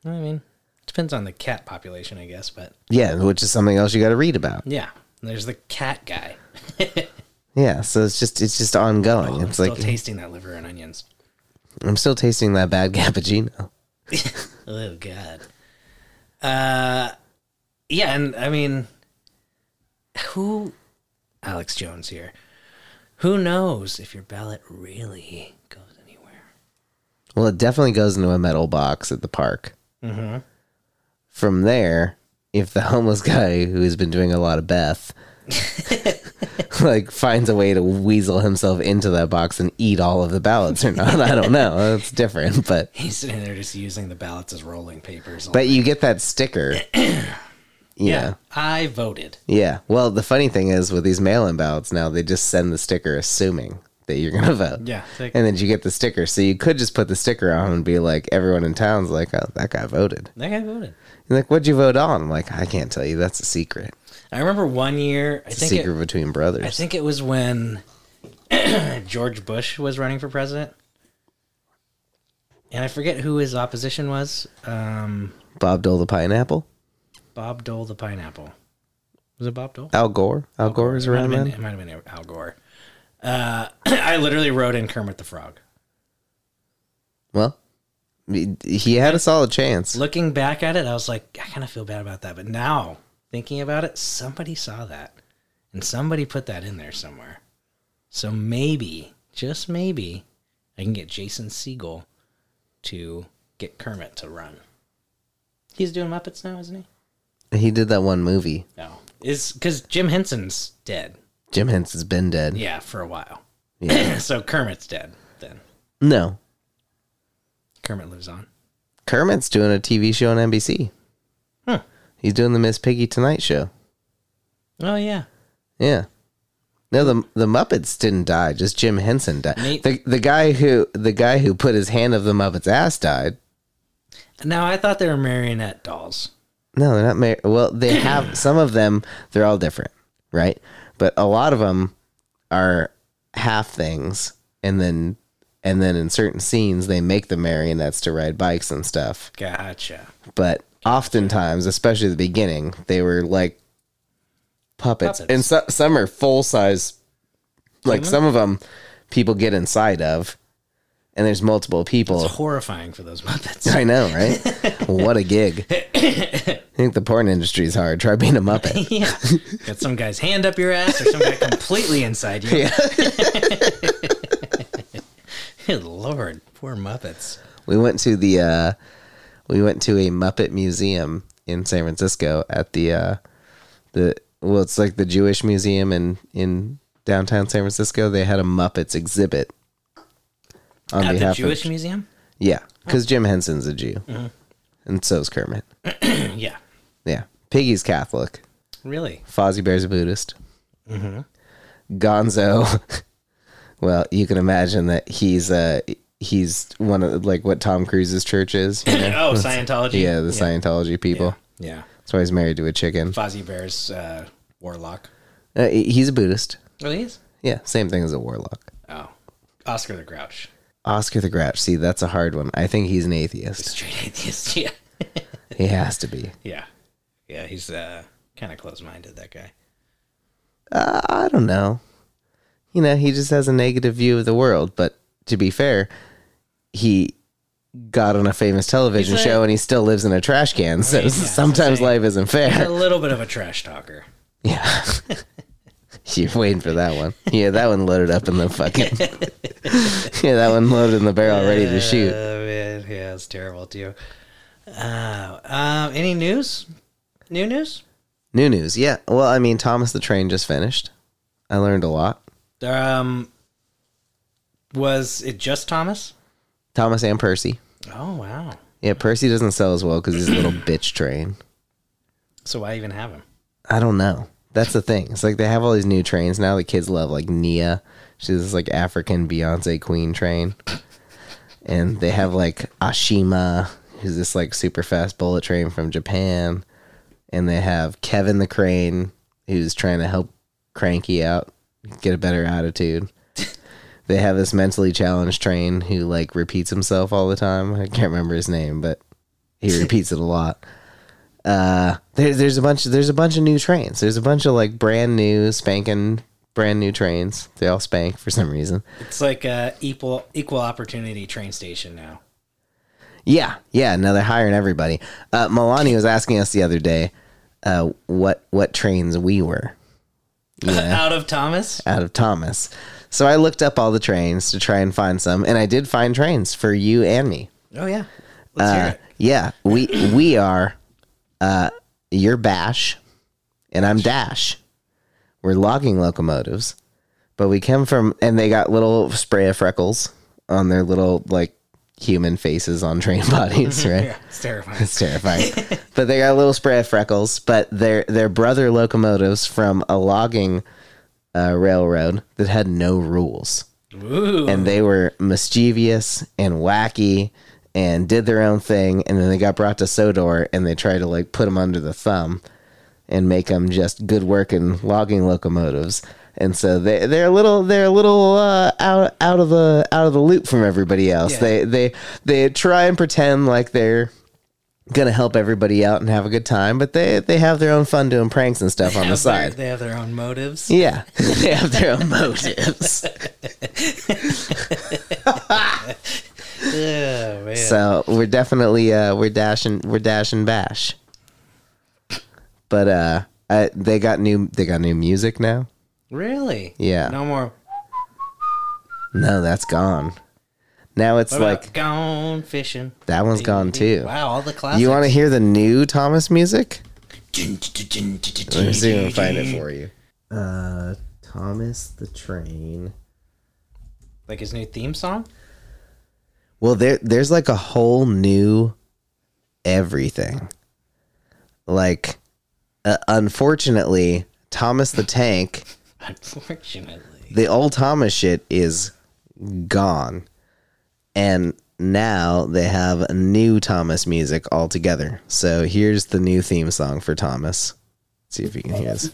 [SPEAKER 2] mean, depends on the cat population, I guess, but
[SPEAKER 1] yeah, which is something else you got to read about.
[SPEAKER 2] yeah, there's the cat guy.
[SPEAKER 1] Yeah, so it's just it's just ongoing.
[SPEAKER 2] Oh, I'm
[SPEAKER 1] it's
[SPEAKER 2] still
[SPEAKER 1] like
[SPEAKER 2] tasting that liver and onions.
[SPEAKER 1] I'm still tasting that bad (laughs) cappuccino.
[SPEAKER 2] Oh god. Uh yeah, and I mean who Alex Jones here. Who knows if your ballot really goes anywhere? (laughs)
[SPEAKER 1] Well, it definitely goes into a metal box at the park. From there, if the homeless guy who's been doing a lot of Beth like finds a way to weasel himself into that box and eat all of the ballots or not, I don't know. It's different, but
[SPEAKER 2] He's sitting there just using the ballots as rolling papers.
[SPEAKER 1] but you get that sticker. Yeah.
[SPEAKER 2] I voted.
[SPEAKER 1] Yeah. Well, the funny thing is with these mail-in ballots now, they just send the sticker assuming that you're going to vote.
[SPEAKER 2] Yeah. it's like,
[SPEAKER 1] And then you get the sticker. So you could just put the sticker on and be like, everyone in town's like, oh, that guy voted.
[SPEAKER 2] that guy voted.
[SPEAKER 1] You're like, what'd you vote on? I'm like, I can't tell you. That's a secret.
[SPEAKER 2] I remember one year I
[SPEAKER 1] It's a
[SPEAKER 2] think
[SPEAKER 1] secret
[SPEAKER 2] it,
[SPEAKER 1] between
[SPEAKER 2] I
[SPEAKER 1] brothers.
[SPEAKER 2] think it was when (clears throat) George Bush was running for president. And I forget who his opposition was. Um
[SPEAKER 1] Bob Dole the pineapple.
[SPEAKER 2] Bob Dole the pineapple. Was it Bob Dole?
[SPEAKER 1] Al Gore. Al Gore is
[SPEAKER 2] It might have
[SPEAKER 1] around
[SPEAKER 2] been,
[SPEAKER 1] then.
[SPEAKER 2] it might have been Al Gore. Uh, (clears throat) I literally wrote in Kermit the Frog.
[SPEAKER 1] Well, he- he had a solid chance.
[SPEAKER 2] Looking back at it, I was like, I kind of feel bad about that. But now, thinking about it, somebody saw that and somebody put that in there somewhere. So maybe, just maybe, I can get Jason Siegel to get Kermit to run. He's doing Muppets now, isn't he?
[SPEAKER 1] He did that one movie.
[SPEAKER 2] No. Is because Jim Henson's dead.
[SPEAKER 1] Jim Henson's been dead.
[SPEAKER 2] Yeah, for a while.
[SPEAKER 1] Yeah.
[SPEAKER 2] (coughs) so Kermit's dead then.
[SPEAKER 1] No.
[SPEAKER 2] Kermit lives on.
[SPEAKER 1] Kermit's doing a TV show on NBC.
[SPEAKER 2] Huh.
[SPEAKER 1] He's doing the Miss Piggy Tonight show.
[SPEAKER 2] Oh yeah.
[SPEAKER 1] Yeah. No, the the Muppets didn't die. Just Jim Henson died.
[SPEAKER 2] Nate-
[SPEAKER 1] The the guy who the guy who put his hand up the Muppets' ass died.
[SPEAKER 2] Now I thought they were marionette dolls.
[SPEAKER 1] No, they're not. Mar- well, they have some of them. They're all different, right? But a lot of them are half things, and then and then in certain scenes they make the marionettes to ride bikes and stuff.
[SPEAKER 2] Gotcha.
[SPEAKER 1] But oftentimes, especially at the beginning, they were like puppets,
[SPEAKER 2] Puppets.
[SPEAKER 1] and so, some are full size. Like some of them, people get inside of, and there's multiple people.
[SPEAKER 2] It's horrifying for those (laughs)
[SPEAKER 1] (laughs)
[SPEAKER 2] Muppets.
[SPEAKER 1] I know, right? what a gig. I think the porn industry is hard. Try being a
[SPEAKER 2] (laughs)
[SPEAKER 1] Muppet.
[SPEAKER 2] yeah. Got some guy's hand up your ass or some guy completely inside you. (laughs) Good lord, poor Muppets.
[SPEAKER 1] We went to the uh we went to a Muppet museum in San Francisco at the uh the well it's like the Jewish museum in in downtown San Francisco. They had a Muppets exhibit on
[SPEAKER 2] At the
[SPEAKER 1] behalf
[SPEAKER 2] Jewish Mm-hmm.
[SPEAKER 1] of
[SPEAKER 2] museum?
[SPEAKER 1] Yeah, cuz Jim Henson's a Jew. And so's Kermit.
[SPEAKER 2] yeah.
[SPEAKER 1] Yeah. Piggy's Catholic.
[SPEAKER 2] Really?
[SPEAKER 1] Fozzie Bear's a Buddhist. Mm-hmm. Gonzo. (laughs) well, you can imagine that he's uh he's one of like what Tom Cruise's church is. you know?
[SPEAKER 2] Oh,
[SPEAKER 1] (coughs)
[SPEAKER 2] Scientology.
[SPEAKER 1] yeah, the Scientology people.
[SPEAKER 2] Yeah.
[SPEAKER 1] That's why he's married to a chicken.
[SPEAKER 2] Fozzie Bear's uh, warlock.
[SPEAKER 1] Uh, he- he's a Buddhist.
[SPEAKER 2] Oh, he is?
[SPEAKER 1] Yeah, same thing as a warlock.
[SPEAKER 2] Oh. Oscar the Grouch.
[SPEAKER 1] Oscar the Grouch. See, that's a hard one. I think he's an atheist.
[SPEAKER 2] Straight atheist. (laughs) Yeah.
[SPEAKER 1] He has to be.
[SPEAKER 2] yeah. Yeah, he's uh, kind of close minded, that guy.
[SPEAKER 1] Uh, I don't know. You know, he just has a negative view of the world. But to be fair, he got on a famous television
[SPEAKER 2] He's a-
[SPEAKER 1] show and he still lives in a trash can. (laughs) So
[SPEAKER 2] yeah,
[SPEAKER 1] sometimes
[SPEAKER 2] that's what
[SPEAKER 1] life isn't
[SPEAKER 2] A
[SPEAKER 1] fair.
[SPEAKER 2] little bit of a trash talker.
[SPEAKER 1] (laughs) Yeah. (laughs) You're waiting for that one. Yeah, that one loaded up in the fucking. (laughs) yeah, that one loaded in the barrel, ready to shoot.
[SPEAKER 2] Oh man, yeah, it's terrible too. Uh, um, any news? New news?
[SPEAKER 1] New news. Yeah. Well, I mean, Thomas the Train just finished. I learned a lot.
[SPEAKER 2] Um, was it just Thomas?
[SPEAKER 1] Thomas and Percy.
[SPEAKER 2] Oh wow!
[SPEAKER 1] Yeah, Percy doesn't sell as well because he's a little (clears throat) bitch train.
[SPEAKER 2] So why even have him?
[SPEAKER 1] I don't know. That's the thing. It's like they have all these new trains now. The kids love like Nia. She's this like African Beyonce queen train, and they have like Ashima, who's this like super fast bullet train from Japan, and they have Kevin the Crane, who's trying to help Cranky out get a better attitude. they have this mentally challenged train who like repeats himself all the time. I can't remember his name, but he repeats it a lot. Uh, there, there's a bunch. There's a bunch of new trains. There's a bunch of like brand new spanking, brand new trains. They all spank for some reason.
[SPEAKER 2] It's like a equal equal opportunity train station now.
[SPEAKER 1] Yeah, yeah. Now they're hiring everybody. Uh, Milani was asking us the other day, uh, what what trains we were
[SPEAKER 2] (laughs) Out of Thomas,
[SPEAKER 1] out of Thomas. So I looked up all the trains to try and find some, and I did find trains for you and me.
[SPEAKER 2] Oh yeah. Let's
[SPEAKER 1] Uh,
[SPEAKER 2] hear it.
[SPEAKER 1] Yeah, we we are. Uh, you're Bash, and I'm Dash. We're logging locomotives, but we come from, and they got little spray of freckles on their little like human faces on train (laughs) bodies, right?
[SPEAKER 2] (laughs) Yeah, it's terrifying.
[SPEAKER 1] (laughs) It's terrifying. but they got a little spray of freckles. But they're they're brother locomotives from a logging uh, railroad that had no rules,
[SPEAKER 2] Ooh.
[SPEAKER 1] and they were mischievous and wacky and did their own thing. And then they got brought to Sodor, and they tried to like put them under the thumb and make them just good working logging locomotives. And so they they're a little they're a little uh, out out of the out of the loop from everybody else.
[SPEAKER 2] Yeah.
[SPEAKER 1] They they they try and pretend like they're gonna help everybody out and have a good time, but they they have their own fun doing pranks and stuff on the
[SPEAKER 2] Have their-
[SPEAKER 1] side.
[SPEAKER 2] they have their own motives.
[SPEAKER 1] Yeah, they have their own motives. (laughs)
[SPEAKER 2] Yeah, man.
[SPEAKER 1] So we're definitely uh, we're dashing we're dashing bash. But uh, I, they got new they got new music now.
[SPEAKER 2] Really?
[SPEAKER 1] Yeah.
[SPEAKER 2] No more.
[SPEAKER 1] No, that's gone. Now it's
[SPEAKER 2] What
[SPEAKER 1] like
[SPEAKER 2] about gone fishing?
[SPEAKER 1] that one's gone too.
[SPEAKER 2] Wow, all the classics.
[SPEAKER 1] You want to hear the new Thomas music? Let me
[SPEAKER 2] to?
[SPEAKER 1] see if I can find it for you. Uh, Thomas the Train.
[SPEAKER 2] Like his new theme song?
[SPEAKER 1] Well, there there's like a whole new everything. Like, uh, unfortunately, Thomas the Tank,
[SPEAKER 2] Unfortunately.
[SPEAKER 1] the old Thomas shit is gone, and now they have new Thomas music altogether. So here's the new theme song for Thomas. see if you can hear this.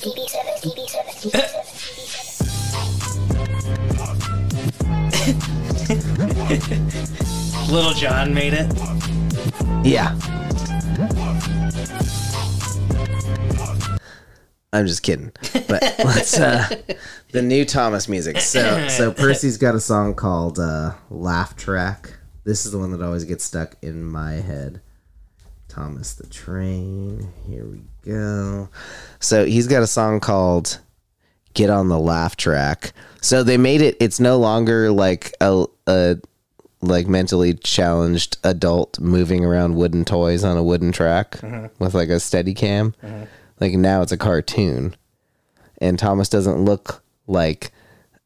[SPEAKER 3] TV7, TV7, TV7.
[SPEAKER 2] Little John made it.
[SPEAKER 1] Yeah. I'm just kidding. But let's uh the new Thomas music. So so Percy's got a song called uh Laugh Track. This is the one that always gets stuck in my head. Thomas the Train. Here we go. So he's got a song called Get on the Laugh Track. So they made it it's no longer like a a like mentally challenged adult moving around wooden toys on a wooden track with like a steady cam. Like now it's a cartoon. And Thomas doesn't look like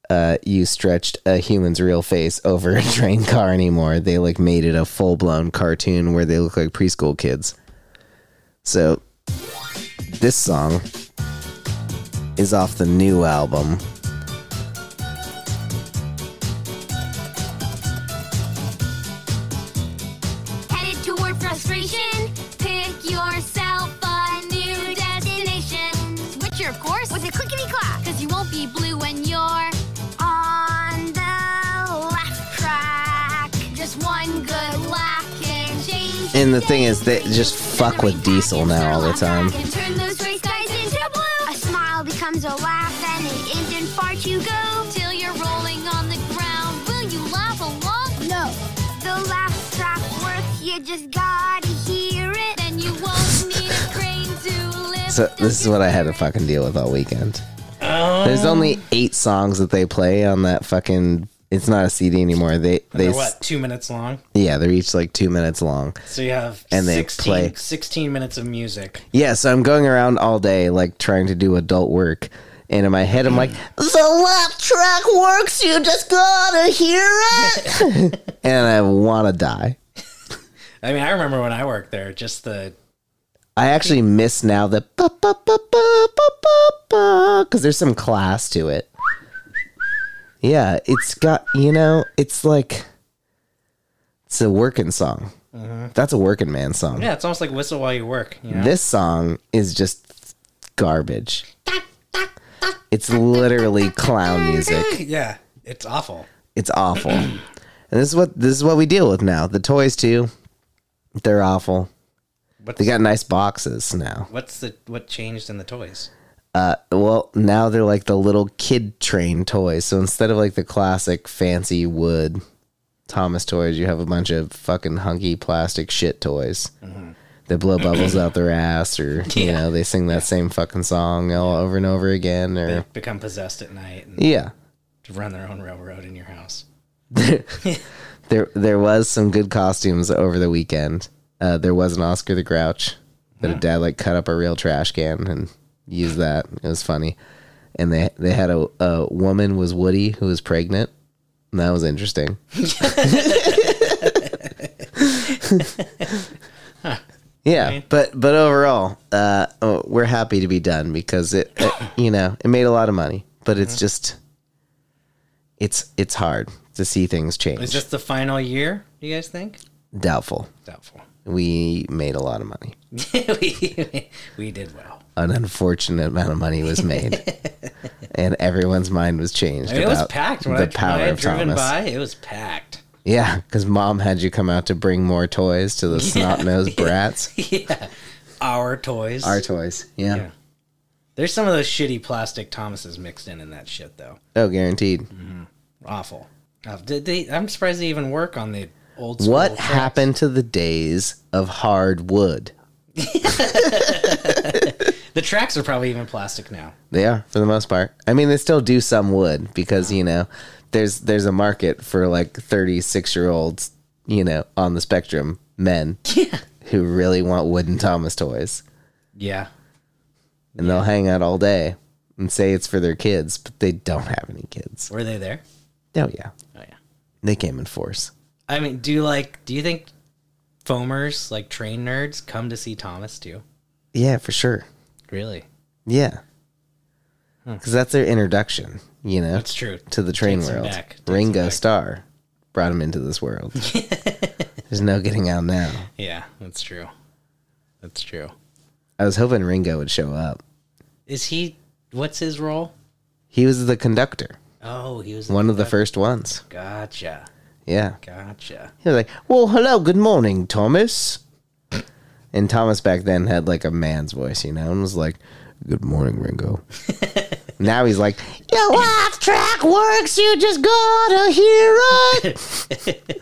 [SPEAKER 1] uh, you stretched a human's real face over a (laughs) train car anymore. They like made it a full blown cartoon where they look like preschool kids. So this song is off the new album.
[SPEAKER 3] Headed toward frustration. Pick yourself a new destination. Switcher, of course. With a clickety clack. Because you won't be blue when you're on the left track. Just one good laugh can change.
[SPEAKER 1] And the thing is, they just fuck with Diesel now all the time.
[SPEAKER 3] Can turn those gray skies into blue. A smile becomes a laugh, and it isn't far to go. Till you're rolling on the ground, will you laugh along? No. The laugh track works. You just gotta hear it, and you won't need a crane to lift.
[SPEAKER 1] So this is what I had to fucking deal with all weekend. There's only eight songs that they play on that fucking It's not a CD anymore. They
[SPEAKER 2] And
[SPEAKER 1] they
[SPEAKER 2] they're
[SPEAKER 1] s-
[SPEAKER 2] what, two minutes long?
[SPEAKER 1] yeah, they're each like two minutes long.
[SPEAKER 2] So you have
[SPEAKER 1] And they
[SPEAKER 2] 16,
[SPEAKER 1] play.
[SPEAKER 2] 16 minutes of music.
[SPEAKER 1] Yeah, so I'm going around all day like trying to do adult work. And in my head, I'm like, the lap track works. You just gotta hear (laughs) it. and I want to die.
[SPEAKER 2] I mean, I remember when I worked there, just the
[SPEAKER 1] I actually miss now the ba ba ba ba ba ba ba because there's some class to it. Yeah, it's got you know, it's like it's a working song. That's a working man song.
[SPEAKER 2] yeah, it's almost like whistle while you work. You know?
[SPEAKER 1] This song is just garbage. It's literally clown music.
[SPEAKER 2] yeah, it's awful.
[SPEAKER 1] It's awful. And this is what this is what we deal with now. The toys too, they're awful.
[SPEAKER 2] What's,
[SPEAKER 1] They got nice boxes now.
[SPEAKER 2] what's the what changed in the toys?
[SPEAKER 1] Well, now they're like the little kid train toys. So instead of like the classic fancy wood Thomas toys, you have a bunch of fucking hunky plastic shit toys. They blow bubbles out
[SPEAKER 2] (clears throat)
[SPEAKER 1] their ass, or you
[SPEAKER 2] Mm-hmm. Yeah.
[SPEAKER 1] know, they sing that same fucking song all over and over again, or
[SPEAKER 2] They become possessed at night and
[SPEAKER 1] yeah.
[SPEAKER 2] run their own railroad in your house.
[SPEAKER 1] (laughs) There, there was some good costumes over the weekend. Uh, there was an Oscar the Grouch that a dad like cut up a real trash can and used that. It was funny, and they they had a, a woman was Woody who was pregnant. And that was interesting. (laughs) yeah, but but overall, uh, oh, we're happy to be done because it, it you know it made a lot of money, but it's just it's it's hard to see things change.
[SPEAKER 2] Is this the final year? You guys think?
[SPEAKER 1] Doubtful.
[SPEAKER 2] Doubtful.
[SPEAKER 1] We made a lot of money.
[SPEAKER 2] we, (laughs) we did well.
[SPEAKER 1] An unfortunate amount of money was (laughs) made, and everyone's mind was changed.
[SPEAKER 2] I mean, it was
[SPEAKER 1] about
[SPEAKER 2] packed when I,
[SPEAKER 1] the
[SPEAKER 2] when
[SPEAKER 1] power
[SPEAKER 2] I had
[SPEAKER 1] of
[SPEAKER 2] driven
[SPEAKER 1] Thomas.
[SPEAKER 2] by. It was packed.
[SPEAKER 1] Yeah, because mom had you come out to bring more toys to
[SPEAKER 2] (laughs)
[SPEAKER 1] the snot nosed brats.
[SPEAKER 2] yeah, our toys.
[SPEAKER 1] Our toys. Yeah.
[SPEAKER 2] Yeah. There's some of those shitty plastic Thomases mixed in in that shit though.
[SPEAKER 1] Oh, guaranteed.
[SPEAKER 2] Awful. Oh, did they? I'm surprised they even work on the old. School
[SPEAKER 1] What
[SPEAKER 2] tracks.
[SPEAKER 1] happened to the days of hard wood?
[SPEAKER 2] The tracks are probably even plastic now.
[SPEAKER 1] They are for the most part. I mean, they still do some wood because you know there's there's a market for like 36 year olds, you know, on the spectrum men
[SPEAKER 2] (laughs) Yeah.
[SPEAKER 1] who really want wooden Thomas toys,
[SPEAKER 2] Yeah.
[SPEAKER 1] and they'll hang out all day and say it's for their kids, but they don't have any kids.
[SPEAKER 2] Were they there?
[SPEAKER 1] Oh yeah,
[SPEAKER 2] Oh yeah.
[SPEAKER 1] they came in force.
[SPEAKER 2] I mean, do you like? Do you think foamers like train nerds come to see Thomas too?
[SPEAKER 1] Yeah, for sure.
[SPEAKER 2] Really?
[SPEAKER 1] Yeah, because that's their introduction. You know,
[SPEAKER 2] That's true.
[SPEAKER 1] to the train
[SPEAKER 2] Takes him
[SPEAKER 1] world.
[SPEAKER 2] back. Takes him
[SPEAKER 1] Ringo
[SPEAKER 2] back.
[SPEAKER 1] Starr brought him into this world. (laughs) There's no getting out now.
[SPEAKER 2] Yeah, that's true. That's true.
[SPEAKER 1] I was hoping Ringo would show up.
[SPEAKER 2] Is he? What's his role?
[SPEAKER 1] He was the conductor,
[SPEAKER 2] Oh, he was
[SPEAKER 1] one of the first ones.
[SPEAKER 2] Gotcha.
[SPEAKER 1] Yeah.
[SPEAKER 2] Gotcha.
[SPEAKER 1] He was like, Well, hello, good morning, Thomas. And Thomas back then had like a man's voice, you know, and was like, Good morning, Ringo. now he's like, Your laugh track works, you just gotta hear it.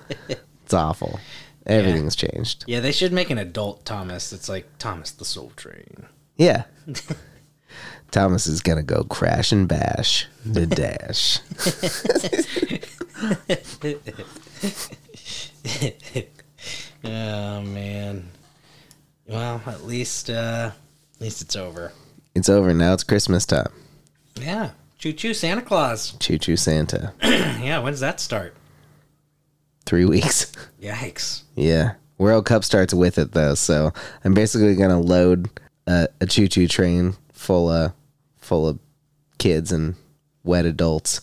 [SPEAKER 1] it's awful. Everything's changed.
[SPEAKER 2] Yeah, they should make an adult Thomas. It's like Thomas the Soul Train.
[SPEAKER 1] Yeah. Thomas is gonna go crash and bash the dash.
[SPEAKER 2] Oh man. Well, at least uh at least it's over.
[SPEAKER 1] It's over now. It's Christmas time.
[SPEAKER 2] Yeah. Choo choo Santa Claus. (clears throat)
[SPEAKER 1] Choo choo Santa.
[SPEAKER 2] Yeah, when's that start?
[SPEAKER 1] Three weeks. (laughs)
[SPEAKER 2] Yikes.
[SPEAKER 1] Yeah. World Cup starts with it though, so I'm basically gonna load a, a choo choo train full of full of kids and wet adults,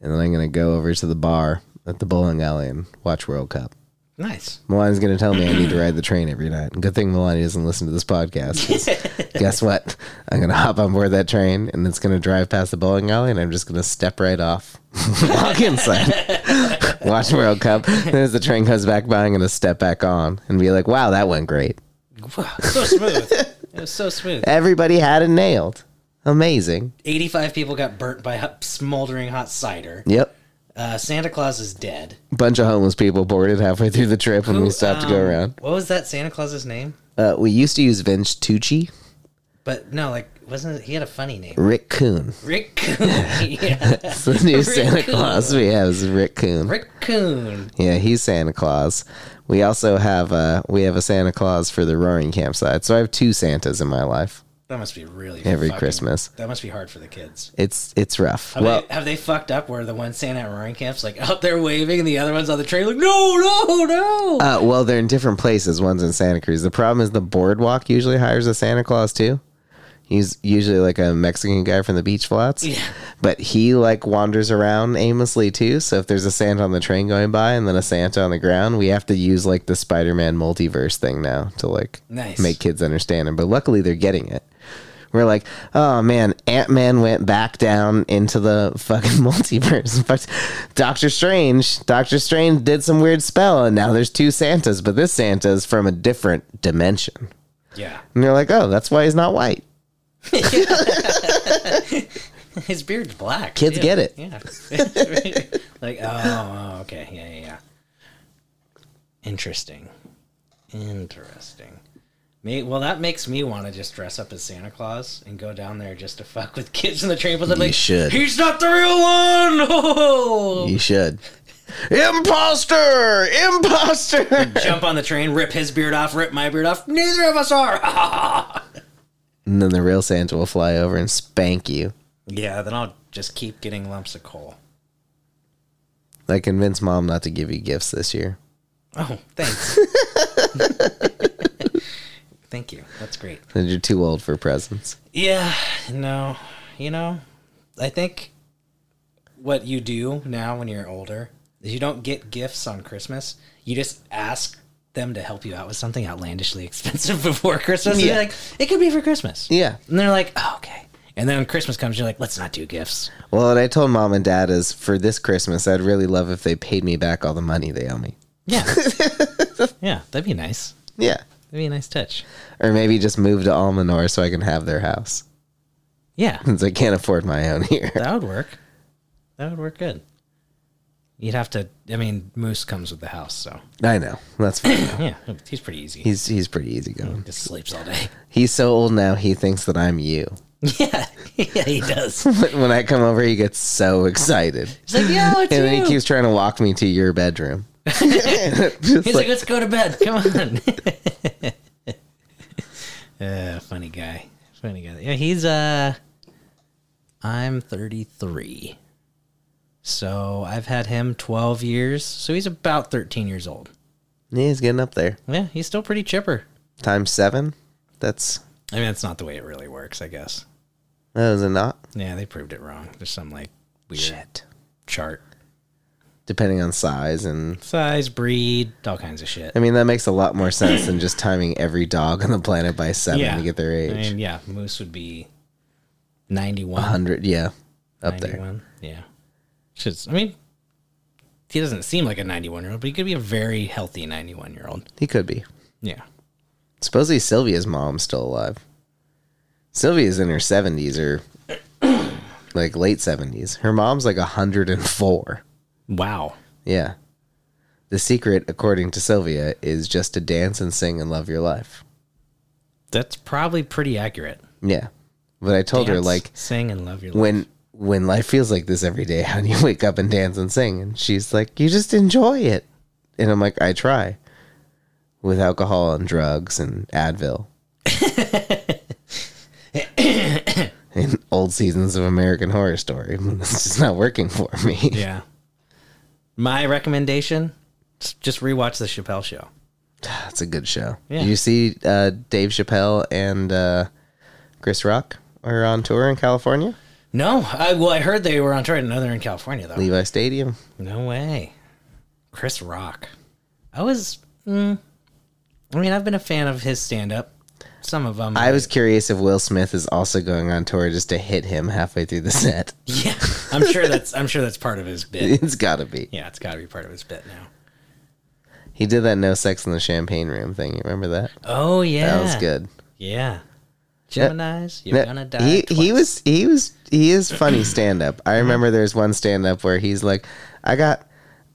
[SPEAKER 1] and then I'm gonna go over to the bar at the bowling alley and watch World Cup.
[SPEAKER 2] Nice.
[SPEAKER 1] Melania's gonna tell me I need to ride the train every night. Good thing Melania doesn't listen to this podcast. 'cause guess what? I'm gonna hop on board that train and it's gonna drive past the bowling alley and I'm just gonna step right off, (laughs) walk inside, (laughs) watch World Cup. And as the train comes back by, I'm gonna step back on and be like, "Wow, that went great.
[SPEAKER 2] Wow, so smooth. it was so (laughs) smooth.
[SPEAKER 1] Everybody had it nailed. Amazing.
[SPEAKER 2] 85 people got burnt by hot- smoldering hot cider.
[SPEAKER 1] Yep."
[SPEAKER 2] Uh, Santa Claus is dead.
[SPEAKER 1] Bunch of homeless people boarded halfway through the trip when we stopped to go
[SPEAKER 2] Um,
[SPEAKER 1] around.
[SPEAKER 2] What was that Santa Claus's name?
[SPEAKER 1] Uh, we used to use Vince Tucci.
[SPEAKER 2] But no, like wasn't it, he had a funny name?
[SPEAKER 1] Rick (laughs) Coon.
[SPEAKER 2] (laughs) Rick Coon. yeah.
[SPEAKER 1] That's the new
[SPEAKER 2] Rick
[SPEAKER 1] Santa
[SPEAKER 2] Coon.
[SPEAKER 1] Claus we have is Rick Coon.
[SPEAKER 2] Rick Coon.
[SPEAKER 1] Yeah, he's Santa Claus. We also have a we have a Santa Claus for the Roaring Campsite. So I have two Santas in my life.
[SPEAKER 2] That must be really
[SPEAKER 1] Every
[SPEAKER 2] fucking-
[SPEAKER 1] Christmas.
[SPEAKER 2] That must be hard for the kids.
[SPEAKER 1] It's it's rough.
[SPEAKER 2] Have,
[SPEAKER 1] well,
[SPEAKER 2] they, have they fucked up where the one Santa at Roaring Camp's like out there waving and the other one's on the train like no no no.
[SPEAKER 1] uh, well, they're in different places. One's in Santa Cruz. The problem is the boardwalk usually hires a Santa Claus too. He's usually like a Mexican guy from the beach flats.
[SPEAKER 2] Yeah.
[SPEAKER 1] But he like wanders around aimlessly too. So if there's a Santa on the train going by and then a Santa on the ground, we have to use like the Spider-Man multiverse thing now to like
[SPEAKER 2] Nice.
[SPEAKER 1] make kids understand him. But luckily they're getting it. We're like, oh man, Ant Man went back down into the fucking (laughs) multiverse. But Doctor Strange, Doctor Strange did some weird spell, and now there's two Santas, but this Santa's from a different dimension.
[SPEAKER 2] yeah.
[SPEAKER 1] And they're like, oh, that's why he's not white.
[SPEAKER 2] His beard's black.
[SPEAKER 1] Kids
[SPEAKER 2] too.
[SPEAKER 1] get it.
[SPEAKER 2] Yeah. (laughs) like, oh, oh, okay. Yeah, yeah, yeah. Interesting. Interesting. Me, well, that makes me want to just dress up as Santa Claus and go down there just to fuck with kids in the train. But they're like,
[SPEAKER 1] should.
[SPEAKER 2] he's not the real one. (laughs) Oh.
[SPEAKER 1] You should. Imposter!
[SPEAKER 2] (laughs)
[SPEAKER 1] Imposter!
[SPEAKER 2] Jump on the train, rip his beard off, rip my beard off. Neither of us are. (laughs)
[SPEAKER 1] and then the real Santa will fly over and spank you.
[SPEAKER 2] yeah, then I'll just keep getting lumps of coal.
[SPEAKER 1] I convinced mom not to give you gifts this year.
[SPEAKER 2] Oh, thanks. Thank you. That's great.
[SPEAKER 1] That you're too old for presents.
[SPEAKER 2] Yeah, no. You know, I think what you do now when you're older is you don't get gifts on Christmas. You just ask them to help you out with something outlandishly (laughs) expensive before Christmas. And
[SPEAKER 1] Yeah.
[SPEAKER 2] you're like, it could be for Christmas.
[SPEAKER 1] Yeah.
[SPEAKER 2] And they're like, oh, okay. And then when Christmas comes, you're like, let's not do gifts.
[SPEAKER 1] Well, what I told mom and dad is for this Christmas, I'd really love if they paid me back all the money they owe me.
[SPEAKER 2] Yeah. yeah, that'd be nice.
[SPEAKER 1] Yeah.
[SPEAKER 2] That'd be a nice touch.
[SPEAKER 1] Or maybe just move to Almanor so I can have their house. (laughs)
[SPEAKER 2] Yeah.
[SPEAKER 1] Since I can't afford my own here.
[SPEAKER 2] That would work. That would work good. You'd have to. I mean, Moose comes with the house, so
[SPEAKER 1] I know. That's (coughs) fine.
[SPEAKER 2] yeah, he's pretty easy. He
[SPEAKER 1] he's he's pretty easy going.
[SPEAKER 2] just sleeps all day.
[SPEAKER 1] He's so old now he thinks that I'm you. (laughs)
[SPEAKER 2] yeah, (laughs) yeah, he (laughs) does.
[SPEAKER 1] But when I come over he gets so excited.
[SPEAKER 2] He's like, yeah, it's
[SPEAKER 1] And then
[SPEAKER 2] you.
[SPEAKER 1] he keeps trying to walk me to your (laughs) bedroom.
[SPEAKER 2] he's like, let's go to bed. Come on. (laughs) (laughs) uh, funny guy. Funny guy. Yeah, he's uh, I'm 33, so I've had him 12 years. So he's about 13 years old.
[SPEAKER 1] Yeah, he's getting up there.
[SPEAKER 2] Yeah, he's still pretty chipper.
[SPEAKER 1] Times seven? That's
[SPEAKER 2] I mean, that's not the way it really works, I guess.
[SPEAKER 1] that was a not
[SPEAKER 2] Yeah, they proved it wrong. There's some like weird
[SPEAKER 1] shit.
[SPEAKER 2] chart,
[SPEAKER 1] Depending on size and
[SPEAKER 2] size, breed, all kinds of shit.
[SPEAKER 1] I mean that makes a lot more sense
[SPEAKER 2] (clears throat)
[SPEAKER 1] than just timing every dog on the planet by seven
[SPEAKER 2] yeah,
[SPEAKER 1] to get their age.
[SPEAKER 2] I mean, yeah, moose would be 91,
[SPEAKER 1] 100 yeah up there
[SPEAKER 2] 91. Yeah, Shit's- I mean, he doesn't seem like a 91 year old, but he could be a very healthy 91 year old.
[SPEAKER 1] he could be
[SPEAKER 2] Yeah,
[SPEAKER 1] supposedly sylvia's mom's still alive sylvia's in her 70s
[SPEAKER 2] (coughs)
[SPEAKER 1] or like late 70s her mom's like 104
[SPEAKER 2] wow.
[SPEAKER 1] yeah the secret according to sylvia is just to dance and sing and love your life
[SPEAKER 2] That's probably pretty accurate.
[SPEAKER 1] yeah but i told her
[SPEAKER 2] Dance,
[SPEAKER 1] like
[SPEAKER 2] sing and love your life.
[SPEAKER 1] when when life feels like this every day (laughs) how do you wake up and dance and sing and she's like you just enjoy it and i'm like i try with alcohol and drugs and
[SPEAKER 2] (laughs)
[SPEAKER 1] advil and old seasons of american horror story it's just not working for me (laughs)
[SPEAKER 2] Yeah. My recommendation: s- just rewatch the Chappelle Show.
[SPEAKER 1] that's a good show
[SPEAKER 2] Yeah.
[SPEAKER 1] did you see uh, dave chappelle and uh, chris rock are on tour in california
[SPEAKER 2] No, I, well, I heard they were on tour. I didn't know they're in California though.
[SPEAKER 1] levi stadium
[SPEAKER 2] No way. Chris Rock. I was. Mm, I mean, I've been a fan of his stand up. Some of them.
[SPEAKER 1] i was curious if will smith is also going on tour just to hit him halfway through the set
[SPEAKER 2] (laughs)
[SPEAKER 1] (laughs)
[SPEAKER 2] Yeah, I'm sure that's. I'm sure that's part of his bit.
[SPEAKER 1] It's gotta be.
[SPEAKER 2] Yeah, it's got to be part of his bit now.
[SPEAKER 1] He did that no sex in the champagne room thing. You remember that?
[SPEAKER 2] Oh yeah,
[SPEAKER 1] That was good.
[SPEAKER 2] Yeah. Gemini's, you're
[SPEAKER 1] No,
[SPEAKER 2] gonna die.
[SPEAKER 1] he he
[SPEAKER 2] twice. Mm-hmm.
[SPEAKER 1] was he was he
[SPEAKER 2] (clears throat)
[SPEAKER 1] is funny stand up. I remember there's one stand up where he's like, I got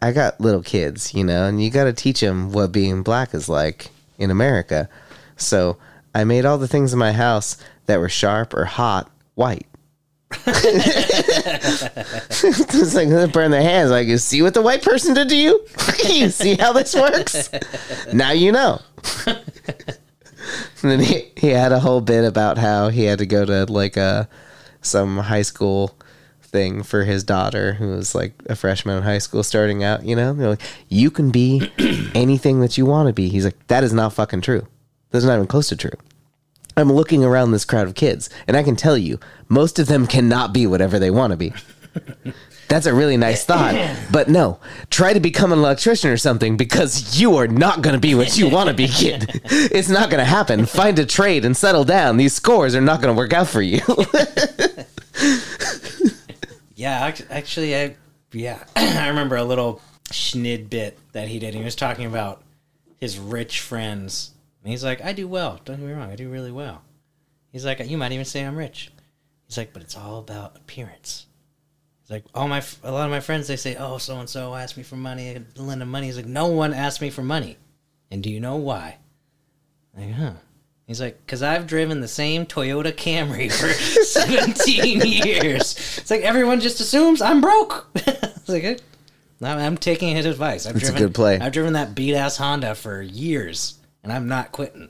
[SPEAKER 1] I got little kids, you know, and you got to teach them what being black is like in America. So I made all the things in my house that were sharp or hot white. (laughs) it's like they burn their hands. Like you see what the white person did to you. (laughs) you see how this
[SPEAKER 2] (laughs)
[SPEAKER 1] works. Now you know. and then he, he had a whole bit about how he had to go to like a some high school thing for his daughter who was like a freshman in high school starting out. You know, they're like, you can be (clears throat) anything that you want to be. He's like, that is not fucking true. That's not even close to true. I'm looking around this crowd of kids, and I can tell you, most of them cannot be whatever they want to be. That's a really nice thought,
[SPEAKER 2] (clears throat)
[SPEAKER 1] but no, try to become an electrician or something because you are not going to be what you want to be,
[SPEAKER 2] (laughs)
[SPEAKER 1] kid. It's not going to happen. Find a trade and settle down. These scores are not going to work out for you. (laughs)
[SPEAKER 2] Yeah, act- actually, I yeah, (clears throat) I remember a little schnid bit that he did. He was talking about his rich friends, and he's like, "I do well. Don't get me wrong, I do really well." He's like, "You might even say I'm rich." He's like, "But it's all about appearance." He's like, "All my f- a lot of my friends they say, oh, so and so asked me for money, I lend him money." He's like, "No one asked me for money, and do you know why?" I'm like, huh. He's like, because I've driven the same Toyota Camry for (laughs) 17 years. It's like everyone just assumes I'm broke. (laughs) it's like, eh, I'm, I'm taking his advice. I've
[SPEAKER 1] It's a
[SPEAKER 2] driven,
[SPEAKER 1] good play.
[SPEAKER 2] I've driven that beat ass Honda for years, and I'm not quitting.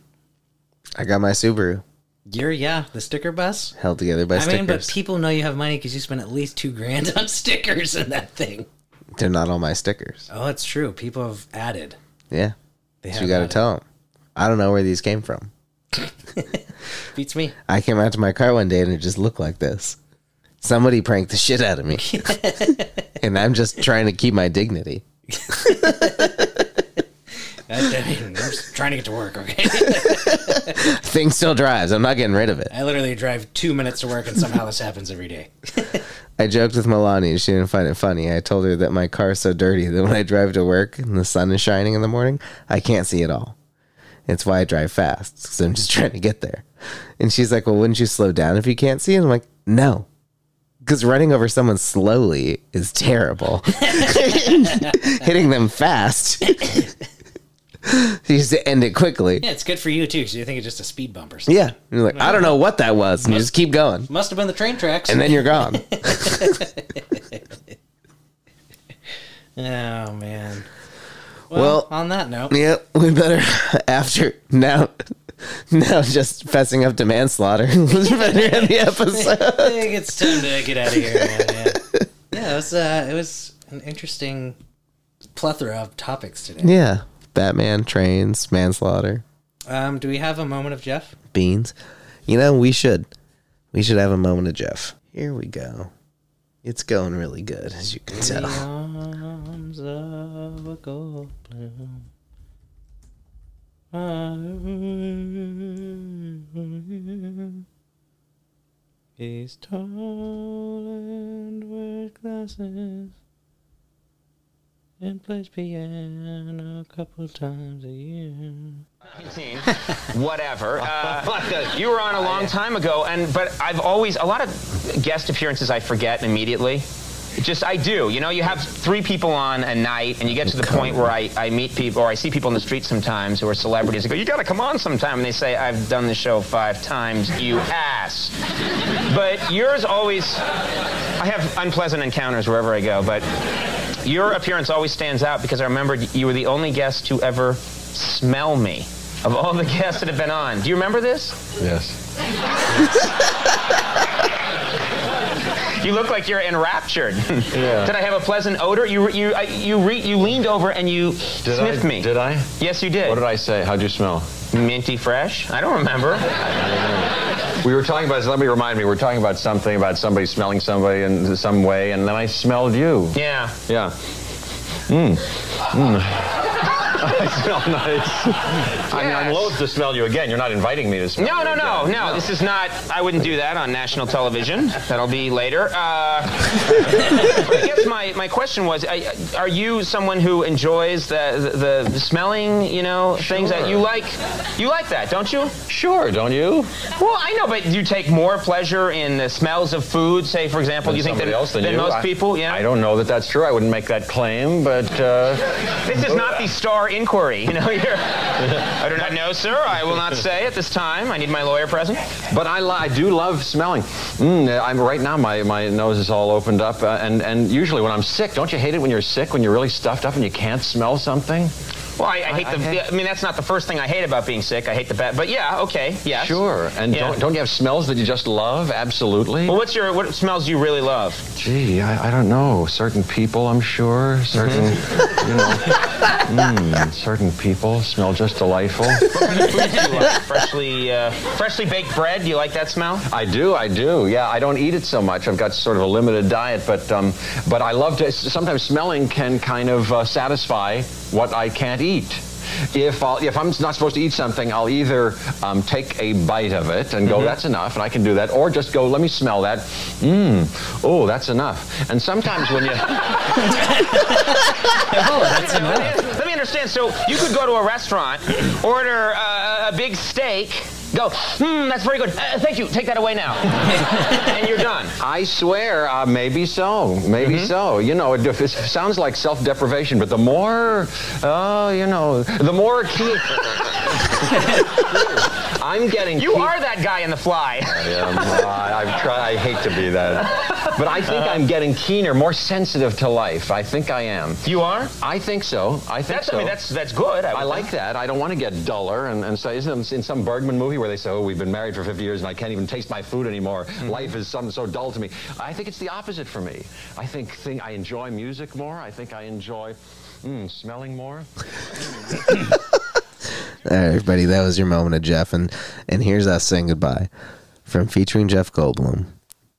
[SPEAKER 1] I got my Subaru
[SPEAKER 2] You're yeah, the sticker bus.
[SPEAKER 1] held together by
[SPEAKER 2] I mean, but
[SPEAKER 1] stickers.
[SPEAKER 2] people know you have money because you spend at least two grand (laughs) on stickers in that thing.
[SPEAKER 1] They're not all my stickers.
[SPEAKER 2] Oh, it's true. People have added.
[SPEAKER 1] Yeah,
[SPEAKER 2] They
[SPEAKER 1] so
[SPEAKER 2] have
[SPEAKER 1] you got to
[SPEAKER 2] added.
[SPEAKER 1] tell them. I don't know where these came from.
[SPEAKER 2] Beats me.
[SPEAKER 1] I came out to my car one day and it just looked like this. Somebody pranked the shit out of
[SPEAKER 2] (laughs)
[SPEAKER 1] me. and I'm just trying to keep my dignity.
[SPEAKER 2] I, I mean, I'm just trying to get to work. Okay.
[SPEAKER 1] Thing still drives. I'm not getting rid of it.
[SPEAKER 2] I literally drive two minutes to work, and somehow this happens every day.
[SPEAKER 1] I joked with Milani. She didn't find it funny. I told her that my car's so dirty that when I drive to work and the sun is shining in the morning, I can't see it all. It's why I drive fast because I'm just (laughs) trying to get there. And she's like, "Well, wouldn't you slow down if you can't see?" And I'm like, "No." Because running over someone slowly is terrible. (laughs) Hitting them fast, (laughs) you just end it quickly.
[SPEAKER 2] Yeah, it's good for you too, because you think it's just a speed bump or something.
[SPEAKER 1] Yeah, And you're like, I don't know what that was, and you just keep going,
[SPEAKER 2] Must have been the train tracks.
[SPEAKER 1] and then you're gone.
[SPEAKER 2] oh man.
[SPEAKER 1] Well-
[SPEAKER 2] Well, on that
[SPEAKER 1] (laughs)
[SPEAKER 2] note,
[SPEAKER 1] Yep, we better after now. Now just fessing up to manslaughter. (laughs) was better in the episode.
[SPEAKER 2] I think it's time to get out of here. Man. Yeah. yeah, it was uh, it was an interesting plethora of topics today.
[SPEAKER 1] Yeah, Batman trains manslaughter
[SPEAKER 2] Um, do we have a moment of Jeff?
[SPEAKER 1] beans. You know we should, we should have a moment of Jeff. Here we go. It's going really good, as you can
[SPEAKER 2] The
[SPEAKER 1] tell.
[SPEAKER 2] arms of a gold bloom. I- He's tall and wears glasses and plays piano a couple times a year.
[SPEAKER 4] 19, whatever. Uh, you were on a long time ago, and but I've always a lot of guest appearances I forget immediately. Just I do, you know. You have three people on a night, and you get to the point where I, I meet people or I see people in the street sometimes who are celebrities. I go, you got to come on sometime, and they say I've done the show five times. You ass. But yours always. I have unpleasant encounters wherever I go, but your appearance always stands out because I remembered you were the only guest to ever smell me of all the guests that have been on. Do you remember this?
[SPEAKER 5] Yes.
[SPEAKER 4] You look like you're enraptured.
[SPEAKER 5] (laughs) Yeah.
[SPEAKER 4] did I have a pleasant odor? You you I, you re, you leaned over and you
[SPEAKER 5] Did
[SPEAKER 4] sniffed
[SPEAKER 5] I,
[SPEAKER 4] me.
[SPEAKER 5] Did I?
[SPEAKER 4] Yes, you did.
[SPEAKER 5] What did I say? How'd you smell?
[SPEAKER 4] Minty fresh? I don't
[SPEAKER 5] (laughs)
[SPEAKER 4] remember.
[SPEAKER 5] We were talking about. Let me remind me. We were talking about something about somebody smelling somebody in some way, and then I smelled you.
[SPEAKER 4] yeah.
[SPEAKER 5] Yeah. Mmm. Mmm. I smell nice. I mean, I'm
[SPEAKER 4] Yes.
[SPEAKER 5] loath to smell you again. You're not inviting me to smell.
[SPEAKER 4] No,
[SPEAKER 5] you
[SPEAKER 4] no, no,
[SPEAKER 5] again.
[SPEAKER 4] no. This is not. I wouldn't do that on national television. That'll be later. Uh, (laughs) but I guess my, my question was: I- Are you someone who enjoys the the, the smelling? You know, things that you
[SPEAKER 5] Sure.
[SPEAKER 4] like. You like that, don't you?
[SPEAKER 5] Sure, don't you?
[SPEAKER 4] Well, I know, but do you take more pleasure in the smells of food? Say, for example, do you think
[SPEAKER 5] Somebody
[SPEAKER 4] than,
[SPEAKER 5] else than, you.
[SPEAKER 4] most
[SPEAKER 5] I-
[SPEAKER 4] people? Yeah.
[SPEAKER 5] I don't know that that's true. I wouldn't make that claim, but uh,
[SPEAKER 4] This is not the star inquiry. You know,
[SPEAKER 5] (laughs)
[SPEAKER 4] you're, I do not know, sir. I will not say at this time. I need my lawyer present.
[SPEAKER 5] But I, li- I do love smelling. Mm, I'm right now. My, my nose is all opened up, uh, and and usually when I'm sick, don't you hate it when you're sick when you're really stuffed up and you can't smell something?
[SPEAKER 4] Well, I, I hate
[SPEAKER 5] I-
[SPEAKER 4] the.
[SPEAKER 5] I
[SPEAKER 4] I,
[SPEAKER 5] hate-
[SPEAKER 4] mean, that's not the first thing I hate about being sick. I hate the bad. But yeah, okay, yes.
[SPEAKER 5] Sure. And
[SPEAKER 4] Yeah.
[SPEAKER 5] don't don't you have smells that you just love? Absolutely.
[SPEAKER 4] Well, what's your what smells you really love? (laughs)
[SPEAKER 5] Gee, I, I don't know. Certain people, I'm sure. Certain,
[SPEAKER 4] Mm-hmm.
[SPEAKER 5] you know,
[SPEAKER 4] (laughs)
[SPEAKER 5] mm, certain people smell just delightful. (laughs)
[SPEAKER 4] Like freshly uh, freshly baked bread. Do you like that smell?
[SPEAKER 5] I do, I do. Yeah, I don't eat it so much. I've got sort of a limited diet, but um, but I love to. Sometimes smelling can kind of uh, satisfy what I can't eat. If I'll, if I'm not supposed to eat something, I'll either um, take a bite of it and go, that's enough, and I can do that, or just go, let me smell that. Mmm, oh, that's enough. And sometimes when you (laughs)
[SPEAKER 4] Let me understand. So you could go to a restaurant, (laughs) order uh, a big steak, go, hmm, that's very good. Uh, thank you. Take that away now, and you're done.
[SPEAKER 5] I swear, uh, maybe so, maybe
[SPEAKER 4] Mm-hmm.
[SPEAKER 5] so. You know, it, it sounds like self-deprivation, but the more, uh, you know, the
[SPEAKER 4] (laughs)
[SPEAKER 5] more key. I'm getting.
[SPEAKER 4] You
[SPEAKER 5] key-
[SPEAKER 4] are that guy in the fly.
[SPEAKER 5] Yeah, I'm- uh, I've tried. I hate to be that, but I think I'm getting keener, more sensitive to life. I think I am.
[SPEAKER 4] You are.
[SPEAKER 5] I think so. I think
[SPEAKER 4] That's.
[SPEAKER 5] so.
[SPEAKER 4] I mean, that's that's good. I,
[SPEAKER 5] I
[SPEAKER 4] would
[SPEAKER 5] like
[SPEAKER 4] think.
[SPEAKER 5] that. I don't want to get duller. And, and so, isn't it in some Bergman movie where they say, "Oh, we've been married for 50 years, and I can't even taste my food anymore. Life is something so dull to me." I think it's the opposite for me. I think thing, I enjoy music more. I think I enjoy mm, smelling more.
[SPEAKER 1] All right, everybody, that was your moment of Jeff, and and here's us saying goodbye from featuring Jeff Goldblum.